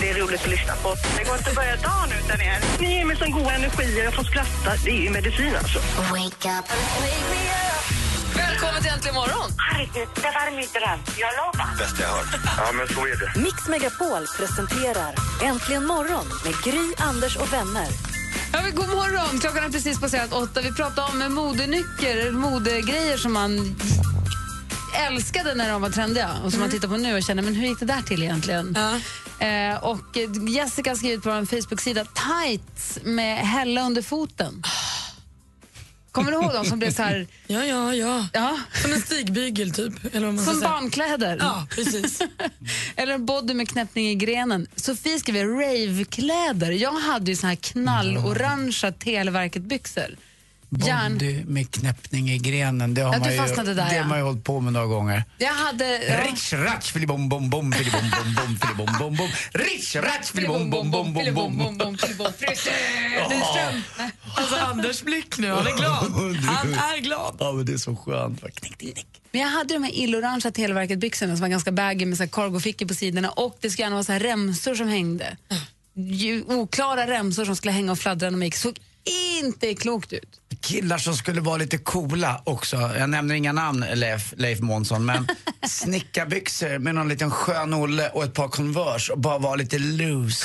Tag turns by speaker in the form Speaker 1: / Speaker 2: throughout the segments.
Speaker 1: Det är roligt att lyssna på. Det går inte att börja dagen utan er. Ni ger mig sån god energi och jag får skratta. Det är ju medicin alltså.
Speaker 2: Wake up.
Speaker 3: Välkommen till Äntligen morgon!
Speaker 1: Herregud, det var min dröm. Jag lovar.
Speaker 4: bästa jag hört. Ja, men så är det.
Speaker 2: Mix Megapol presenterar Äntligen morgon med Gry, Anders och vänner.
Speaker 3: Ja, men god morgon! Klockan är precis passerat åtta. Vi pratar om modenycker, modegrejer som man älskade när de var trendiga och som man tittar på nu och känner, men hur gick det där till egentligen? Eh, och eh, Jessica har skrivit på vår Facebook-sida tights med hälla under foten. Kommer du ihåg de som blev så här,
Speaker 5: Ja, ja, ja.
Speaker 3: ja,
Speaker 5: Som en stigbygel typ. Eller vad man ska
Speaker 3: som
Speaker 5: säga.
Speaker 3: barnkläder?
Speaker 5: Ja, precis.
Speaker 3: Eller en body med knäppning i grenen. Sofie skrev ravekläder. Jag hade ju såna här knallorangea Televerket-byxor. Järn.
Speaker 6: Bondy med knäppning i grenen. Det har
Speaker 3: Ja,
Speaker 6: man
Speaker 3: du fastnade
Speaker 6: ju,
Speaker 3: där,
Speaker 6: det
Speaker 3: ja.
Speaker 6: har man ju hållit på med några gånger.
Speaker 3: Jag hade... Ja.
Speaker 6: Rich ratch filibom bom bom filibom bom bom filibom bom bom. Rich ratch filibom bom bom bom bom.
Speaker 5: Alltså Anders blick nu, han är glad. Han är glad.
Speaker 6: Ja men det är så skönt. Bara Knick, knick, knick.
Speaker 3: Men jag hade de här illorangea Televerket-byxorna som var ganska baggy med så här cargofickor på sidorna och det skulle gärna vara så här remsor som hängde. Ju, oklara remsor som skulle hänga och fladdra när man gick. Såg inte klokt ut.
Speaker 6: Killar som skulle vara lite coola också. Jag nämner inga namn Leif, Leif Månsson men snickarbyxor med någon liten skön Olle och ett par Converse och bara vara lite loose.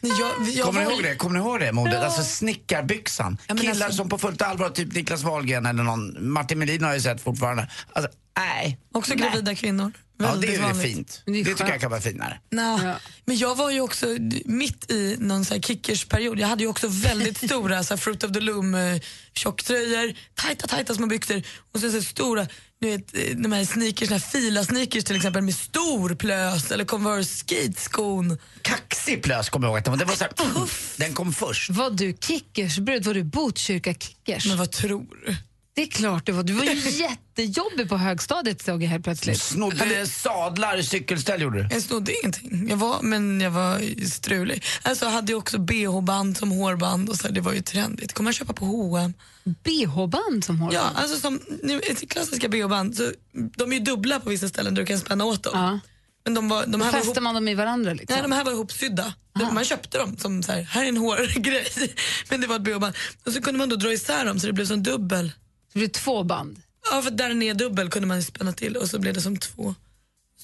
Speaker 5: Jag, jag
Speaker 6: Kommer ni
Speaker 5: var-
Speaker 6: ihåg det? Kommer ni ihåg det modet? Alltså snickarbyxan.
Speaker 5: Ja, men
Speaker 6: Killar
Speaker 5: alltså-
Speaker 6: som på fullt allvar, typ Niklas Wahlgren eller någon, Martin Melin har jag ju sett fortfarande. Alltså, nej.
Speaker 5: Också gravida kvinnor.
Speaker 6: Ja, det
Speaker 5: Väldigt
Speaker 6: är ju
Speaker 5: vanligt.
Speaker 6: fint.
Speaker 3: Men det
Speaker 6: Det,
Speaker 3: är
Speaker 6: tycker
Speaker 3: skönt.
Speaker 6: jag kan vara finare.
Speaker 5: Nej.
Speaker 3: Ja.
Speaker 5: Men jag var ju också d- mitt i någon så här kickersperiod. Jag hade ju också väldigt stora så här Fruit of the Loom eh, tjocktröjor, tajta, tajta små byxor och så, så här stora du vet, eh, de här sneakers, de här fila-sneakers till exempel med stor plös eller Converse skateskon.
Speaker 6: Kaxig plös kommer jag ihåg att den var. Den, var så här, den kom först.
Speaker 3: Var du kickersbrud? Var du Botkyrka-kickers?
Speaker 5: Men vad tror du?
Speaker 3: Det är klart du var. Du var ju jättejobbig på högstadiet såg jag helt plötsligt.
Speaker 6: Snodde sadlar, cykelställ gjorde du.
Speaker 5: Jag snodde ingenting. Jag var, men jag var strulig. Alltså jag hade ju också bh-band som hårband och så här, det var ju trendigt. Kommer man köpa på H&M.
Speaker 3: BH-band som håller.
Speaker 5: Ja, alltså som nu, ett klassiska bh-band, så de är ju dubbla på vissa ställen där du kan spänna åt dem.
Speaker 3: Ja.
Speaker 5: Men de, var, de, här var ihop,
Speaker 3: Fäster man dem i varandra liksom?
Speaker 5: nej, de här var ihopsydda. De- Man köpte dem som så här, här är en hårgrej. Men det var ett bh-band. Och så kunde man då dra isär dem så det blev som dubbel.
Speaker 3: Det blir två band.
Speaker 5: Ja, för där den är dubbel kunde man spänna till och så blev det som två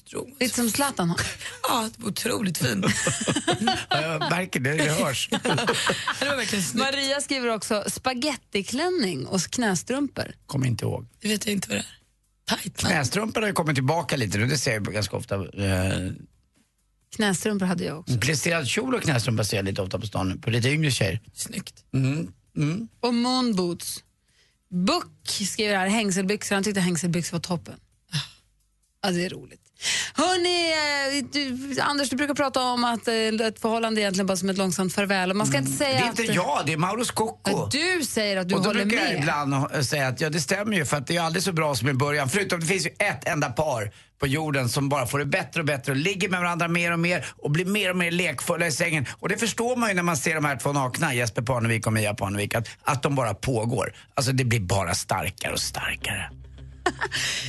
Speaker 5: strån.
Speaker 3: Lite som Zlatan har.
Speaker 5: Ja, det var otroligt fint.
Speaker 6: Ja, Jag märker det, det hörs.
Speaker 5: det var verkligen snyggt.
Speaker 3: Maria skriver också spagettiklänning och knästrumpor.
Speaker 6: Kommer inte ihåg.
Speaker 5: Det vet jag inte vad det är. Tight.
Speaker 6: Knästrumpor har ju kommit tillbaka lite nu, det ser jag ganska ofta. Eh,
Speaker 3: Knästrumpor hade jag också.
Speaker 6: Plästerad kjol och knästrumpa ser jag lite ofta på stan nu, på lite yngre tjejer.
Speaker 5: Snyggt.
Speaker 3: Och moonboots. Buck skriver här, hängselbyxor. Han tyckte hängselbyxor var toppen. Ja, det är roligt. Hörni, eh, du, Anders, du brukar prata om att eh, ett förhållande är egentligen bara som ett långsamt farväl. Och man ska inte
Speaker 6: Det
Speaker 3: säga
Speaker 6: är inte
Speaker 3: att...
Speaker 6: jag, det är Mauro Scocco.
Speaker 3: Du säger att du
Speaker 6: och då
Speaker 3: håller
Speaker 6: brukar
Speaker 3: med.
Speaker 6: jag ibland ha- säga att ja, det stämmer ju för att det är aldrig så bra som i början. Förutom det finns ju ett enda par på jorden som bara får det bättre och bättre och ligger med varandra mer och mer och blir mer och mer lekfulla i sängen. Och det förstår man ju när man ser de här två nakna, Jesper Parnevik och Mia Parnevik, att, att de bara pågår. Alltså det blir bara starkare och starkare.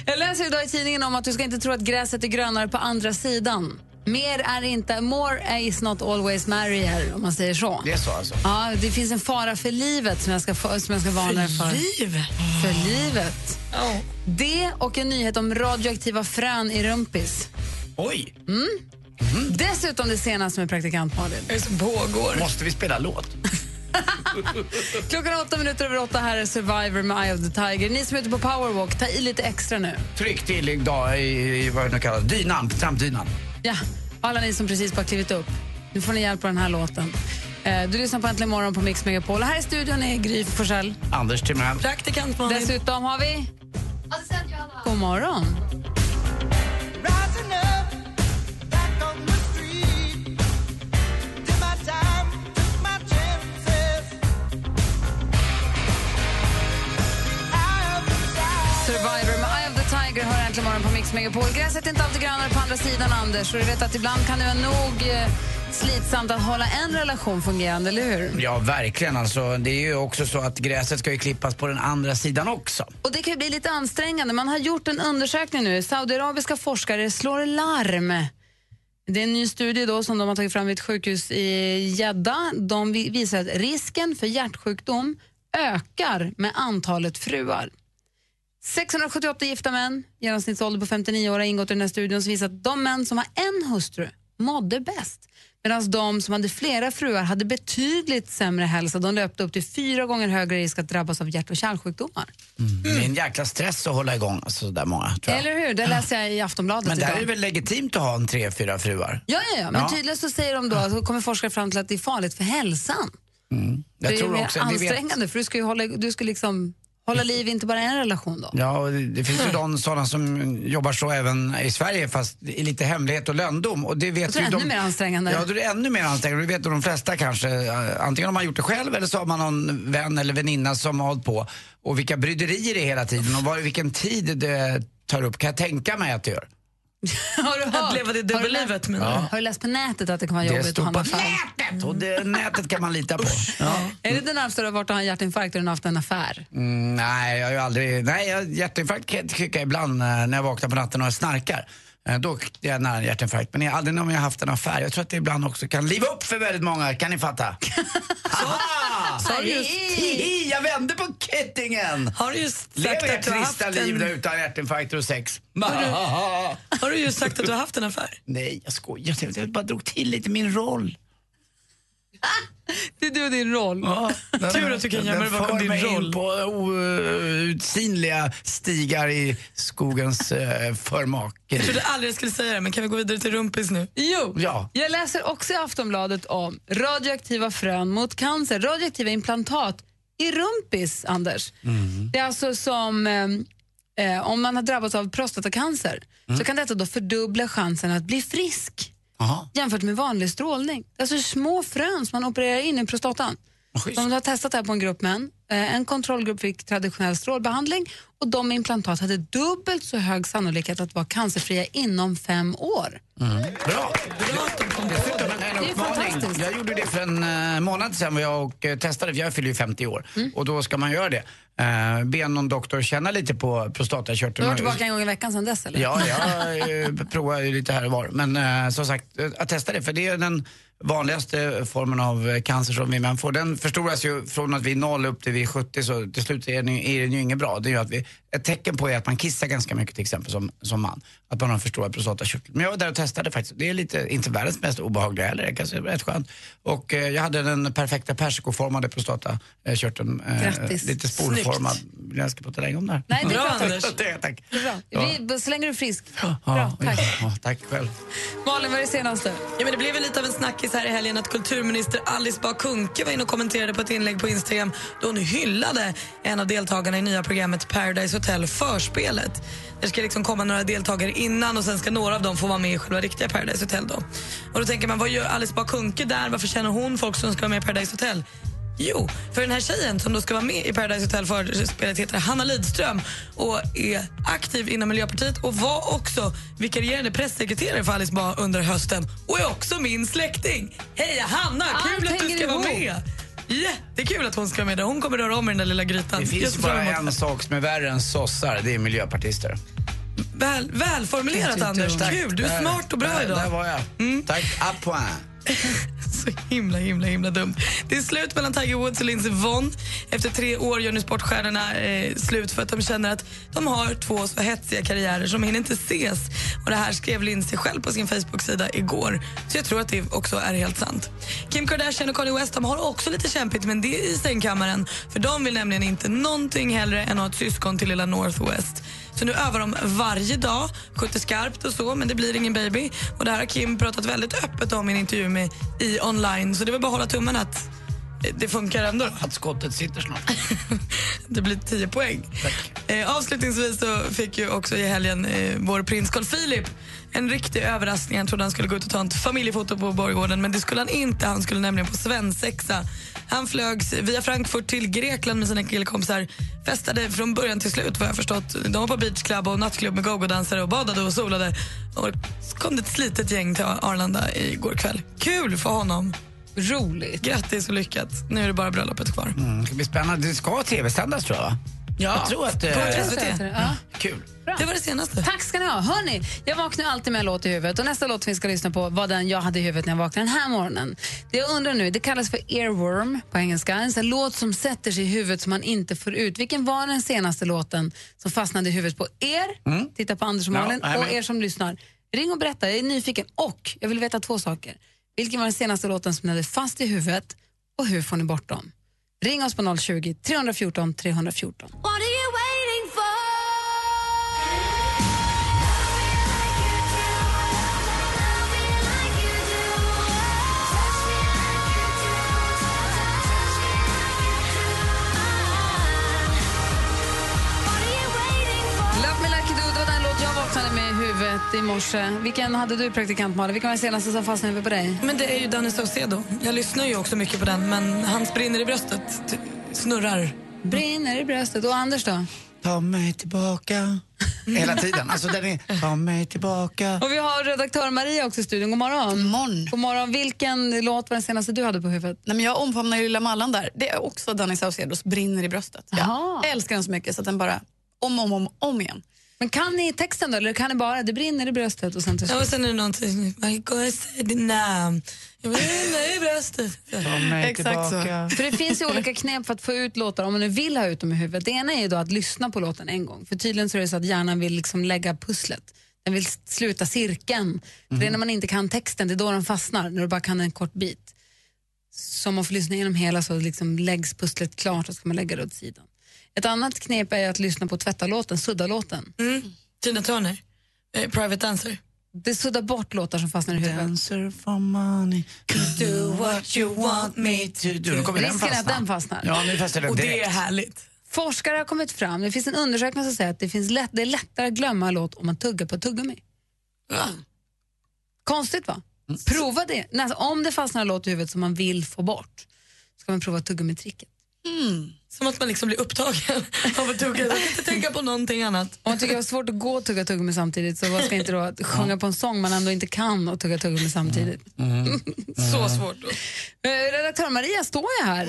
Speaker 3: Jag läser idag i tidningen om att du ska inte tro att gräset är grönare på andra sidan. Mer är inte, more is not always merrier, om man säger så.
Speaker 6: Det är så alltså.
Speaker 3: Ja, det finns en fara för livet som jag ska, få- som jag ska varna er för.
Speaker 5: Liv.
Speaker 3: För livet.
Speaker 5: Ja.
Speaker 3: Det och en nyhet om radioaktiva frön i rumpis.
Speaker 6: Oj,
Speaker 3: Mm. Dessutom det senaste med praktikant Malin.
Speaker 5: Vad är det som pågår?
Speaker 6: måste vi spela låt?
Speaker 3: Klockan är åtta minuter över åtta, här är Survivor med Eye of the Tiger. Ni som är ute på powerwalk, ta i lite extra nu.
Speaker 6: Tryck till idag i, i vad det nu kallas, dynan, trampdynan.
Speaker 3: Ja, alla ni som precis bara klivit upp. Nu får ni hjälp av den här låten. Eh, Du lyssnar på Äntligen morgon på Mix Megapol. Och Här i studion är Gry Forssell.
Speaker 6: Anders Timell.
Speaker 5: Praktikant Malin.
Speaker 3: Dessutom har vi... God morgon. äntligen morgon på Mix Megapol. Gräset är inte alltid grönare på andra sidan, Anders. Och du vet att ibland kan det vara nog eh, slitsamt att hålla en relation fungerande, eller hur?
Speaker 6: Ja, verkligen. Alltså, det är ju också så att gräset ska ju klippas på den andra sidan också.
Speaker 3: Och det kan ju bli lite ansträngande. Man har gjort en undersökning nu. Saudiarabiska forskare slår larm. Det är en ny studie då som de har tagit fram vid ett sjukhus i Jeddah. De vi- visar att risken för hjärtsjukdom ökar med antalet fruar. 678 gifta män, genomsnittsålder på 59 år, har ingått i den här studien som visar att de män som har en hustru mådde bäst. Medan de som hade flera fruar hade betydligt sämre hälsa. De löpte upp till fyra gånger högre risk att drabbas av hjärt och kärlsjukdomar.
Speaker 6: Det är en jäkla stress att hålla igång alltså, så där många. Tror jag.
Speaker 3: Eller hur? Det läser jag i Aftonbladet
Speaker 6: Men där
Speaker 3: idag.
Speaker 6: är det väl legitimt att ha en tre, fyra fruar?
Speaker 3: Ja, ja, ja. Men
Speaker 6: Ja.
Speaker 3: tydligen så säger de då att då kommer forskare fram till att det är farligt för hälsan.
Speaker 6: Jag
Speaker 3: det är mer
Speaker 6: det vet-
Speaker 3: ansträngande för du ska ju hålla, du ska liksom hålla liv i inte bara en relation då.
Speaker 6: Ja, och det det finns
Speaker 3: Mm.
Speaker 6: ju de sådana som jobbar så även i Sverige fast i lite hemlighet och löndom. Och det vet
Speaker 3: tror
Speaker 6: ju
Speaker 3: det är
Speaker 6: de...
Speaker 3: ännu mer ansträngande.
Speaker 6: Ja, då är det ännu mer ansträngande. Det vet ju de flesta kanske. Eh, Antingen har man gjort det själv eller så har man någon vän eller väninna som har hållit på. Och vilka bryderier det är hela tiden och vad, vilken tid det tar upp kan jag tänka mig att det gör.
Speaker 3: Har du hört?
Speaker 5: Att leva det
Speaker 3: har, du läst,
Speaker 5: dubbellivet. Men...
Speaker 3: har du läst på nätet att det kan vara
Speaker 6: Det
Speaker 3: jobbigt att
Speaker 6: står
Speaker 3: ha
Speaker 6: på
Speaker 3: en affär?
Speaker 6: nätet och det, nätet kan man lita på. Ja.
Speaker 3: Är det den närmsta du har varit att ha en hjärtinfarkt och du har haft en affär?
Speaker 6: Mm, nej, jag har ju aldrig... Nej, jag, hjärtinfarkt kan jag tycka ibland eh, när jag vaknar på natten och jag snarkar. Eh, Då är jag nära en hjärtinfarkt. Men jag har aldrig någon jag har haft en affär. Jag tror att det ibland också kan liva upp för väldigt många. Kan ni fatta? Aha!
Speaker 3: Sa du just-
Speaker 6: Hihi, jag vände på kettingen!
Speaker 5: Har du just sagt
Speaker 6: Lever
Speaker 5: att
Speaker 6: ert
Speaker 5: du har haft
Speaker 6: trista liv där
Speaker 5: en...
Speaker 6: utan hjärtinfarkter och sex?
Speaker 5: Har du just sagt att du har haft en affär?
Speaker 6: Nej, jag skojar. Jag- Jag bara drog till lite min roll.
Speaker 3: Det är du och din roll.
Speaker 5: Tur att du kan gömma dig bakom din
Speaker 6: Den för mig in
Speaker 5: roll.
Speaker 6: på eh, outsinliga stigar i skogens eh, förmakeri.
Speaker 5: Jag trodde aldrig jag skulle säga det, men kan vi gå vidare till rumpis nu?
Speaker 3: Jo,
Speaker 6: Ja.
Speaker 3: jag läser också i Aftonbladet om radioaktiva frön mot cancer, radioaktiva implantat i rumpis, Anders. Det är alltså som eh, eh, om man har drabbats av prostatacancer så kan detta då fördubbla chansen att bli frisk
Speaker 6: Jaha,
Speaker 3: jämfört med vanlig strålning. Det är alltså små frön som man opererar in i prostatan.
Speaker 6: schysst.
Speaker 3: De har testat det här på en grupp män. Eh, En kontrollgrupp fick traditionell strålbehandling och de med implantat hade dubbelt så hög sannolikhet att vara cancerfria inom fem år.
Speaker 6: Bra! Dessutom en
Speaker 3: är
Speaker 6: uppmaning.
Speaker 3: fantastiskt.
Speaker 6: Jag gjorde det för en eh, månad sedan var jag och eh, testade, för jag fyller ju 50 år.
Speaker 3: Mm.
Speaker 6: Och då ska man göra det. Eh, be någon doktor känna lite på
Speaker 3: Du har
Speaker 6: prostatakörteln.
Speaker 3: varit tillbaka en gång i veckan sedan dess eller?
Speaker 6: Ja, jag eh, provar ju lite här och var. Men eh, som sagt, eh, att testa det, för det är den vanligaste formen av eh, cancer som vi män får. Den förstoras ju från att vi är noll upp till vi är 70, så till slut är den, ju- är den ju inget bra. Det är ju att vi, ett tecken på är att man kissar ganska mycket till exempel som, som man. Att man har en förstorad prostatakörtel. Men jag var där och testade faktiskt. Det är lite, inte världens mest obehagliga heller, det kanske är rätt skönt. Och eh, jag hade den perfekta persikoformade prostatakörteln. Eh,
Speaker 3: Grattis.
Speaker 6: lite spolformad. Vill jag ska prata länge om det här?
Speaker 3: Nej, det
Speaker 5: Bra,
Speaker 3: pratar vi
Speaker 5: Anders.
Speaker 6: Tack, Tack.
Speaker 3: Bra. Vi slänger du frisk. Bra,
Speaker 6: Ja,
Speaker 3: tack.
Speaker 6: ja, tack själv.
Speaker 3: Malin, vad är det senaste?
Speaker 5: Ja, men det blev väl lite av en snackis här i helgen att kulturminister Alice Bah Kuhnke var inne och kommenterade på ett inlägg på Instagram då hon hyllade en av deltagarna i nya programmet Paradise Hotel Förspelet. Det ska liksom komma några deltagare innan och sen ska några av dem få vara med i själva riktiga Paradise Hotel. Då. Och då tänker man, vad gör Alice Bah Kuhnke där? Varför känner hon folk som ska vara med i Paradise Hotel? Jo, för den här tjejen som då ska vara med i Paradise Hotel förspelet heter Hanna Lidström och är aktiv inom Miljöpartiet och var också vikarierande pressekreterare för Alice Bah under hösten och är också min släkting. Hej Hanna, kul
Speaker 3: Allt
Speaker 5: att du
Speaker 3: hänger
Speaker 5: ska vara
Speaker 3: ihop.
Speaker 5: med! Jättekul att hon ska vara med. där. Hon kommer röra om i den där lilla grytan.
Speaker 6: Det
Speaker 5: Jag
Speaker 6: finns
Speaker 5: ser
Speaker 6: ju
Speaker 5: fram
Speaker 6: bara
Speaker 5: emot
Speaker 6: en
Speaker 5: det.
Speaker 6: sak som är värre än sossar, det är miljöpartister.
Speaker 5: Väl, välformulerat Anders. Kul, du är smart och bra
Speaker 6: där,
Speaker 5: idag. Mm.
Speaker 6: Där var jag. Tack, à point.
Speaker 5: Så himla, himla, himla dumt. Det är slut mellan Tiger Woods och Lindsey Vonn. Efter tre år gör nu sportstjärnorna eh, slut för att de känner att de har två så hetsiga karriärer som hinner inte ses. Och Det här skrev Lindsey själv på sin Facebook-sida igår. Så jag tror att det också är helt sant. Kim Kardashian och Kanye West de har också lite kämpigt men det är i sängkammaren. För de vill nämligen inte någonting hellre än att ha ett syskon till lilla Northwest. Så nu övar de varje dag, skjuter skarpt och så, men det blir ingen baby. Och Det här har Kim pratat väldigt öppet om i en intervju med i online, så det var bara att hålla tummen att eh, det funkar ändå.
Speaker 6: Att skottet sitter snart.
Speaker 5: Det blir 10 poäng.
Speaker 6: Tack.
Speaker 5: Eh, avslutningsvis så fick ju också i helgen eh, vår prins Carl Philip en riktig överraskning. Han trodde han skulle gå ut och ta ett familjefoto på Borgården men det skulle han inte. Han skulle nämligen på svensexa. Han flögs via Frankfurt till Grekland med sina killkompisar. Festade från början till slut vad jag förstått. De var på beachclub och nattklubb med gogo-dansare och badade och solade. Och så kom det ett slitet gäng till Arlanda igår kväll. Kul för honom.
Speaker 3: Roligt.
Speaker 5: Grattis och lyckat. Nu är det bara bröllopet kvar.
Speaker 6: Mm, det ska bli spännande. Det ska tv-sändas tror jag va?
Speaker 5: Ja.
Speaker 6: Jag tror att...
Speaker 5: På
Speaker 6: Eh,
Speaker 5: SVT.
Speaker 3: Ja.
Speaker 6: kul.
Speaker 5: Det var det senaste.
Speaker 3: Tack ska ni ha. Hörrni, jag vaknar alltid med en låt i huvudet och nästa låt vi ska lyssna på var den jag hade i huvudet när jag vaknade den här morgonen. Det jag undrar nu, det kallas för earworm på engelska. En sån låt som sätter sig i huvudet som man inte får ut. Vilken var den senaste låten som fastnade i huvudet på er? Titta på Anders och
Speaker 6: Mm. Ja,
Speaker 3: Malin
Speaker 6: nej,
Speaker 3: och
Speaker 6: men-
Speaker 3: er som lyssnar. Ring och berätta, jag är nyfiken. Och jag vill veta två saker. Vilken var den senaste låten som ni hade fast i huvudet och hur får ni bort dem? Ring oss på 020 314 314. Love me like you do, det var den låt jag vaknade med i huvudet i morse. Vilken hade du praktikant Malin? Vilken var den senaste som fastnade på dig?
Speaker 5: Men det är ju Danny Saucedo. Jag lyssnar ju också mycket på den, men hans brinner i bröstet t- snurrar.
Speaker 3: Brinner i bröstet. Och Anders då?
Speaker 6: Ta mig tillbaka. Hela tiden. Alltså den är... Ta mig tillbaka.
Speaker 3: Och vi har redaktör Maria också i studion. God morgon.
Speaker 5: Mm.
Speaker 7: Morgon.
Speaker 3: God morgon. Vilken låt var den senaste du hade på huvudet?
Speaker 7: Nej, men jag omfamnar ju lilla Mallan där. Det är också Danny Saucedos brinner i bröstet.
Speaker 3: Jaha.
Speaker 7: Jag älskar den så mycket så att den bara om och om, om, om igen.
Speaker 3: Men kan ni texten då? Eller kan ni bara det brinner i bröstet och sen till
Speaker 5: Ja,
Speaker 3: slut?
Speaker 5: och sen är det någonting... My God, säg ditt namn. Jag brinner i bröstet.
Speaker 6: Ta mig
Speaker 7: Exakt så.
Speaker 6: tillbaka.
Speaker 3: För det finns ju olika knep för att få ut låtar om man nu vill ha ut dem i huvudet. Det ena är ju då att lyssna på låten en gång. För tydligen så är det så att hjärnan vill liksom lägga pusslet. Den vill s- sluta cirkeln. För det är när man inte kan texten, det är då den fastnar. När du bara kan en kort bit. Så om man får lyssna igenom hela så liksom läggs pusslet klart och så ska man lägga det åt sidan. Ett annat knep är att lyssna på tvätta-låten, sudda-låten.
Speaker 5: Mm. Tina Turner, eh, Private Dancer.
Speaker 3: Det suddar bort låtar som fastnar i huvudet.
Speaker 6: Answer for money. Do what you want me to do. Nu kommer den
Speaker 3: Risken är att
Speaker 6: fastna.
Speaker 3: den fastnar.
Speaker 6: Ja, nu fastnar den
Speaker 5: Och det
Speaker 6: direkt.
Speaker 5: är härligt.
Speaker 3: Forskare har kommit fram, det finns en undersökning som säger att det, finns lätt, det är lättare att glömma en låt om man tuggar på ett tuggummi.
Speaker 5: Ja.
Speaker 3: Konstigt va? Prova det. Nej, alltså, om det fastnar en låt i huvudet som man vill få bort ska man prova tuggummitricket.
Speaker 5: Som att man liksom blir upptagen av att tugga. Jag kan inte tänka på någonting annat.
Speaker 3: Om man tycker det är svårt att gå och tugga tuggummi samtidigt så vad ska inte då att sjunga på en sång man ändå inte kan och tugga tuggummi samtidigt.
Speaker 5: Så svårt.
Speaker 3: Eh, Redaktör Maria står ju här.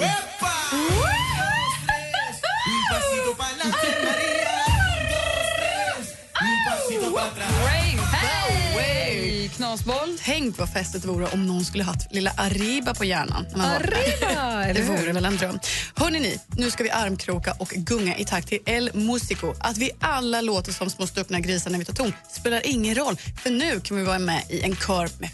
Speaker 3: Hej! Hej! Knasboll.
Speaker 7: Tänk vad festet vore om någon skulle haft lilla Arriba på hjärnan. När man vaknar.
Speaker 3: Arriba!
Speaker 7: Det
Speaker 3: Eller hur?
Speaker 7: vore väl en dröm. Hörrni ni, nu ska vi armkroka och gunga i takt till El Musico. Att vi alla låter som små stuckna grisar när vi tar ton spelar ingen roll, för nu kan vi vara med i en kör med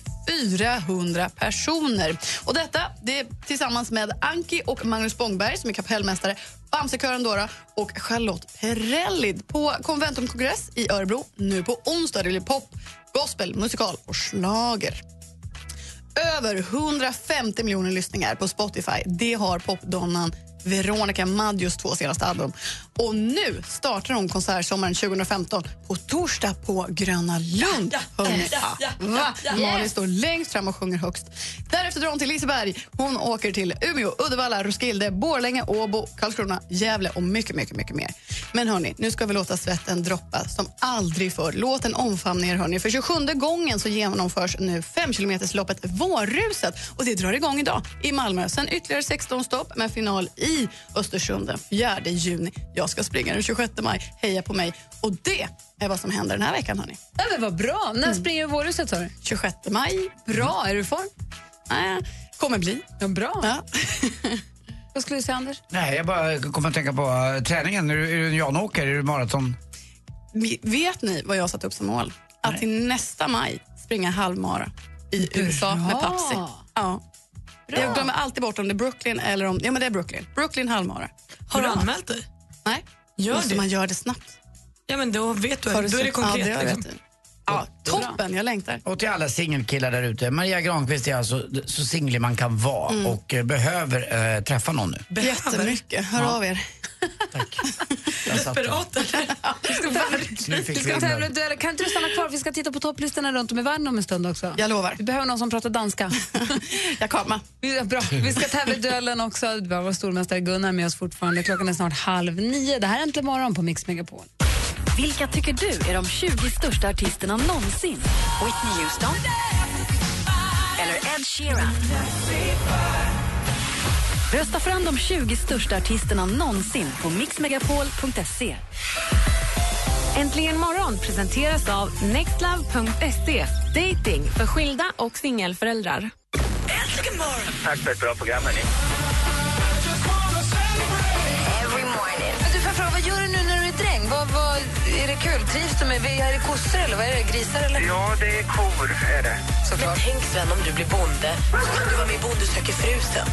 Speaker 7: 400 personer. Och detta det är tillsammans med Anki och Magnus Spångberg som är kapellmästare, Bamsekören Dora och Charlotte Perrelli på Conventum kongress i Örebro. Nu på onsdag det blir pop, gospel, musikal och schlager. Över 150 miljoner lyssningar på Spotify. Det har popdonnan Veronica Maggios två senaste album. Och nu startar hon konsertsommaren 2015 på torsdag på Gröna Lund. Hörrni,
Speaker 5: ja, ja, ja,
Speaker 7: va?
Speaker 5: ja.
Speaker 7: Malin står längst fram och sjunger högst. Därefter drar hon till Liseberg. Hon åker till Umeå, Uddevalla, Roskilde, Borlänge, Åbo, Karlskrona, Gävle och mycket, mycket, mycket mer. Men hörni, nu ska vi låta svetten droppa som aldrig förr. Låten omfamna er hörni. För 27 gången så genomförs nu 5 loppet Vårruset och det drar igång idag i Malmö. Sen ytterligare 16 stopp med final i Östersund den 4 juni. Jag ska springa den 26 maj. Heja på mig. Och det är vad som händer den här veckan hörni.
Speaker 3: Ja, men vad bra! När springer du vårhuset sa du?
Speaker 7: 26 maj.
Speaker 3: Bra, är du i form?
Speaker 7: Äh, kommer bli.
Speaker 3: Ja, bra.
Speaker 7: Ja.
Speaker 3: Vad skulle du säga Anders?
Speaker 6: Nej, jag bara kommer att tänka på eh, träningen. Är du, är du en janåkare? Är du maraton?
Speaker 7: Vi- Vet ni vad jag satt upp som mål? Att till nästa maj springa halvmara i USA med Papsi. Ja. Jag glömmer alltid bort om det är Brooklyn eller om... Ja, men det är Brooklyn. Brooklyn halvmara.
Speaker 5: Har du
Speaker 7: Bra.
Speaker 5: anmält dig?
Speaker 7: Nej,
Speaker 5: Gör
Speaker 7: måste
Speaker 5: det.
Speaker 7: man göra det snabbt.
Speaker 5: Ja, men då vet du.
Speaker 7: Har du
Speaker 5: Då är det
Speaker 7: sett- Ja,
Speaker 5: konkret.
Speaker 7: det har jag
Speaker 5: liksom.
Speaker 7: rätt i. ja, toppen, jag längtar.
Speaker 6: Och till alla singelkillar där ute. Maria Granqvist är alltså så
Speaker 5: Mm.
Speaker 6: singlig man kan vara och eh, behöver eh, träffa någon nu.
Speaker 7: Jättemycket. Hör av er.
Speaker 6: Där satt den.
Speaker 3: Vi ska tävla-
Speaker 6: Nu fick
Speaker 3: Vi
Speaker 6: vi
Speaker 3: ska
Speaker 6: in
Speaker 3: tävla i
Speaker 6: den.
Speaker 3: dueller. Kan inte du stanna kvar? Vi ska titta på topplistorna runt om i världen om en stund också.
Speaker 7: Jag lovar.
Speaker 3: Vi behöver någon som pratar danska.
Speaker 7: Jag kommer.
Speaker 3: Vi- Bra. Vi ska tävla i duellen också. Vi har vår stormästare Gunnar med oss fortfarande. Klockan är snart halv nio. Det här är Äntligen morgon på Mix Megapol.
Speaker 2: Vilka tycker du är de 20 största artisterna någonsin? Whitney Houston? Eller Ed Sheeran? Rösta fram de 20 största artisterna någonsin på mixmegapol.se.
Speaker 8: Äntligen morgon presenteras av nextlove.se. Dating för skilda och singelföräldrar.
Speaker 4: Tack för ett bra program, hörni.
Speaker 3: Du får fråga, vad gör du nu när du är dräng? Vad, vad, är det kul? Trivs du med är det kossor eller vad är det? Grisar eller?
Speaker 4: Ja, det är kor, är det.
Speaker 9: Men tänk Sven om du blir bonde. Så kommer du vara med i Bonde söker frusen.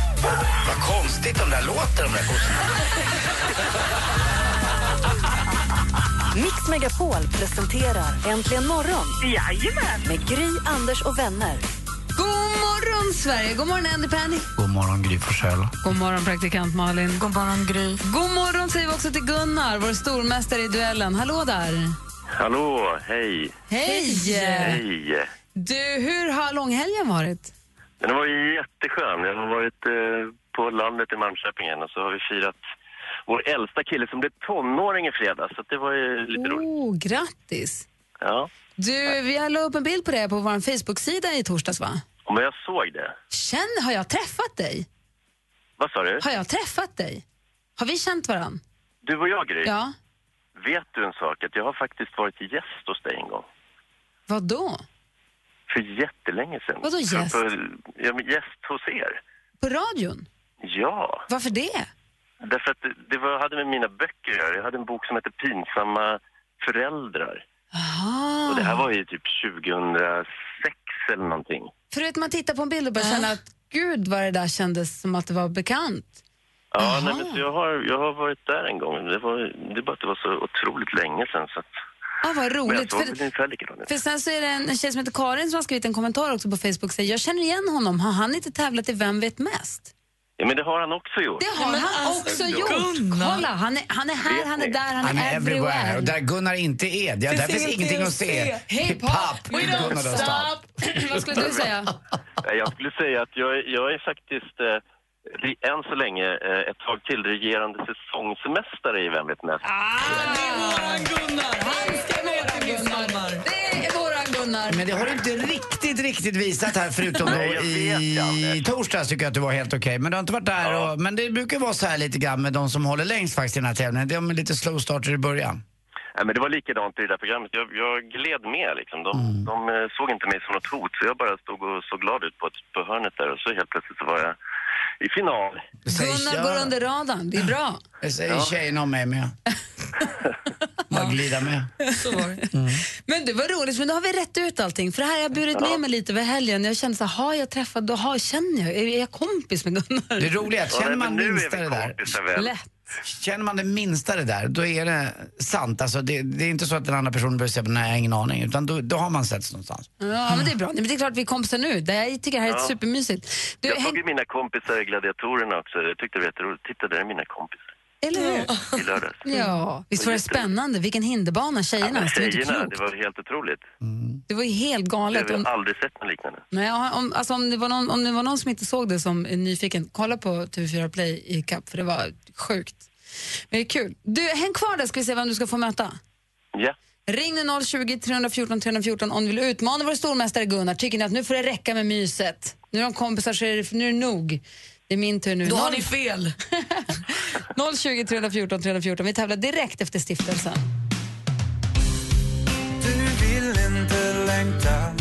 Speaker 6: Vad konstigt de där låter, de där kossorna.
Speaker 2: Mix Megapol presenterar Äntligen morgon Jajamän. med Gry, Anders och vänner.
Speaker 3: God morgon, Sverige! God morgon, Andy Penny!
Speaker 6: God morgon, Gry Forssell.
Speaker 3: God morgon, praktikant Malin. God morgon, Gry. God morgon säger vi också till Gunnar, vår stormästare i duellen. Hallå där!
Speaker 10: Hallå, hej.
Speaker 3: Hej!
Speaker 10: Hej.
Speaker 3: Du, hur har långhelgen varit?
Speaker 10: Den har varit jätteskön. Jag har varit eh, på landet i Malmköping igen och så har vi firat vår äldsta kille som blev tonåring i fredags. Så det var ju lite roligt.
Speaker 3: Oh, grattis!
Speaker 10: Ja,
Speaker 3: Du, vi har la upp en bild på det på vår Facebook-sida i torsdags, va?
Speaker 10: Ja, men jag såg det.
Speaker 3: Känn, har jag träffat dig?
Speaker 10: Vad sa du?
Speaker 3: Har jag träffat dig? Har vi känt varann?
Speaker 10: Du och jag, Gry.
Speaker 3: Ja.
Speaker 10: Vet du en sak? Att jag har faktiskt varit gäst hos dig en gång.
Speaker 3: Vad då?
Speaker 10: För jättelänge sedan.
Speaker 3: Vadå gäst?
Speaker 10: För, för, ja, men gäst hos er.
Speaker 3: På radion?
Speaker 10: Ja.
Speaker 3: Varför det?
Speaker 10: Därför att det, det var, hade med mina böcker att göra. Jag hade en bok som heter Pinsamma föräldrar.
Speaker 3: Aha.
Speaker 10: Och det här var ju typ 2006 eller någonting.
Speaker 3: För du vet, man tittar på en bild och bara känner att gud vad det där kändes som att det var bekant.
Speaker 10: Ja, nej, men så jag, har, jag har varit där en gång. Det, var, det är bara att det var så otroligt länge sedan. Så att,
Speaker 3: Ah, vad
Speaker 10: men jag
Speaker 3: roligt.
Speaker 10: såg
Speaker 3: För,
Speaker 10: väl ungefär likadan ut.
Speaker 3: för sen så är det en, en tjej som heter Karin som har skrivit en kommentar också på Facebook och säger jag känner igen honom, har han inte tävlat i Vem vet mest?
Speaker 10: Ja, men det har han också gjort.
Speaker 3: Det har han
Speaker 7: alltså,
Speaker 3: också gjort. Kolla, han är, han är här, han är där, han
Speaker 6: Han
Speaker 3: är everywhere.
Speaker 6: Och där Gunnar inte är, ja, där finns ingenting att se. Hiphop!
Speaker 3: We
Speaker 6: Gunnar
Speaker 3: don't
Speaker 6: Dostal.
Speaker 3: stop. vad skulle du säga?
Speaker 10: Nej, Jag skulle säga att jag, är- jag är faktiskt eh, re- än så länge eh, ett tag till regerande säsongsmästare i Vem vet mest.
Speaker 3: Det är våran Gunnar.
Speaker 6: Men det har du inte riktigt, riktigt visat här förutom då
Speaker 10: Nej, jag vet,
Speaker 6: i torsdags tycker jag att du var helt okej. Men du har inte varit där och, Men det brukar vara så här lite grann med de som håller längst faktiskt i den här tävlingen. De är lite slow starter i början.
Speaker 10: Nej, men det var likadant i det där programmet. Jag, jag gled med liksom. De,
Speaker 6: Mm.
Speaker 10: de eh, såg inte mig som något hot så jag bara stod och såg glad ut på, ett, på hörnet där och så helt plötsligt så var jag i final.
Speaker 3: Gunnar går under radarn, det är bra.
Speaker 6: Det säger
Speaker 10: Ja.
Speaker 6: tjejerna om mig med. Bara glida med.
Speaker 3: Men du, vad roligt, men då har vi rätt ut allting. För det här har jag burit med mig lite över helgen. Jag kände så här, har jag träffat, då har, känner jag, är jag kompis med Gunnar?
Speaker 6: Det roliga är att känner man minsta det där,
Speaker 3: Lätt.
Speaker 6: känner man det minsta det där, då är det sant. Alltså det, det är inte så att den andra personen behöver säga nej, jag har ingen aning, utan då, då har man setts någonstans.
Speaker 3: Ja, men det är bra. Nej, men det är klart vi är kompisar nu. Det här, jag tycker det här är
Speaker 10: Ja.
Speaker 3: supermysigt. Du,
Speaker 10: Jag
Speaker 3: häng,
Speaker 10: såg ju mina kompisar i Gladiatorerna också. Jag tyckte det var jätteroligt. Titta, där är mina kompisar
Speaker 3: eller hur?
Speaker 10: i lördags.
Speaker 3: Ja, visst var det spännande? Vilken hinderbana, tjejerna.
Speaker 10: Men
Speaker 3: det, var inte
Speaker 10: Tjejerna,
Speaker 3: klokt.
Speaker 10: det var helt otroligt.
Speaker 3: det var ju helt galet.
Speaker 10: Jag
Speaker 3: Om,
Speaker 10: har aldrig sett något liknande.
Speaker 3: nej, om, alltså, om, det var någon, om det var någon som inte såg det som är nyfiken, kolla på TV4 Play i kapp för det var sjukt. Men det är kul. Du, häng kvar där ska vi se vem du ska få möta.
Speaker 10: Ja.
Speaker 3: Ring nu 020 314 314 om du vill utmana vår stormästare Gunnar. Tycker ni att nu får det räcka med myset? Nu är de kompisar så är det, nu är det nog. Det är min tur nu.
Speaker 5: Då har
Speaker 3: Noll-
Speaker 5: ni fel.
Speaker 3: 020 314 314. Vi tävlar direkt efter stiftelsen.
Speaker 11: Du vill inte längta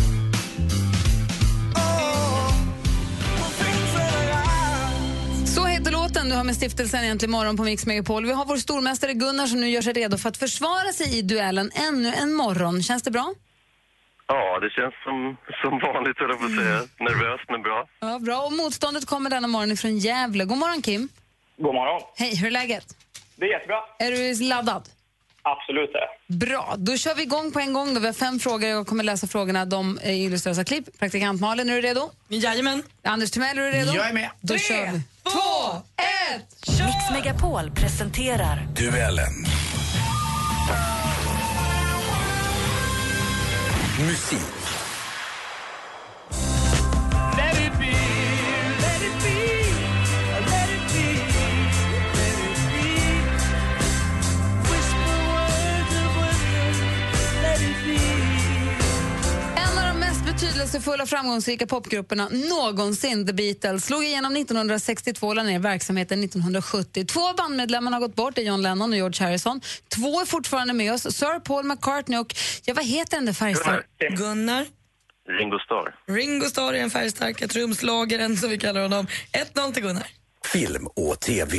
Speaker 3: Så heter låten du har med stiftelsen egentligen imorgon på Mix Megapol. Vi har vår stormästare Gunnar som nu gör sig redo för att försvara sig i duellen ännu en morgon. Känns det bra?
Speaker 10: Ja, det känns som, som vanligt, höll jag på att säga. Nervöst, men bra.
Speaker 3: Ja, bra. Och motståndet kommer denna morgon från Gävle. God morgon Kim.
Speaker 12: God morgon.
Speaker 3: Hej, hur är läget?
Speaker 12: Det är jättebra.
Speaker 3: Är du laddad?
Speaker 12: Absolut det.
Speaker 3: Bra, då kör vi igång på en gång. Då. Vi har fem frågor. Jag kommer läsa frågorna. De eh, illustreras av klipp. Praktikant Malin, är du redo?
Speaker 5: Jajamän.
Speaker 3: Anders Timell, är du redo?
Speaker 9: Jag är med.
Speaker 3: Då
Speaker 9: Tre,
Speaker 3: kör vi.
Speaker 9: Två, ett, kör! Mix Megapol presenterar
Speaker 13: Duellen. Musik.
Speaker 9: Let it be, let it be, let it be, let it be. Whisper words of wisdom, let it be.
Speaker 3: En av de mest betydelsefulla och framgångsrika popgrupperna någonsin, The Beatles, slog igenom 1962 och lade ner verksamheten 1970. Två av bandmedlemmarna har gått bort, det är John Lennon och George Harrison. Två är fortfarande med oss, Sir Paul McCartney och, ja vad heter den där färgstarka...
Speaker 5: Mm. Gunnar.
Speaker 10: Ringo Starr.
Speaker 5: Ringo Starr är den färgstarka trumslagaren som vi kallar honom. 1-0 till Gunnar.
Speaker 13: Film och TV.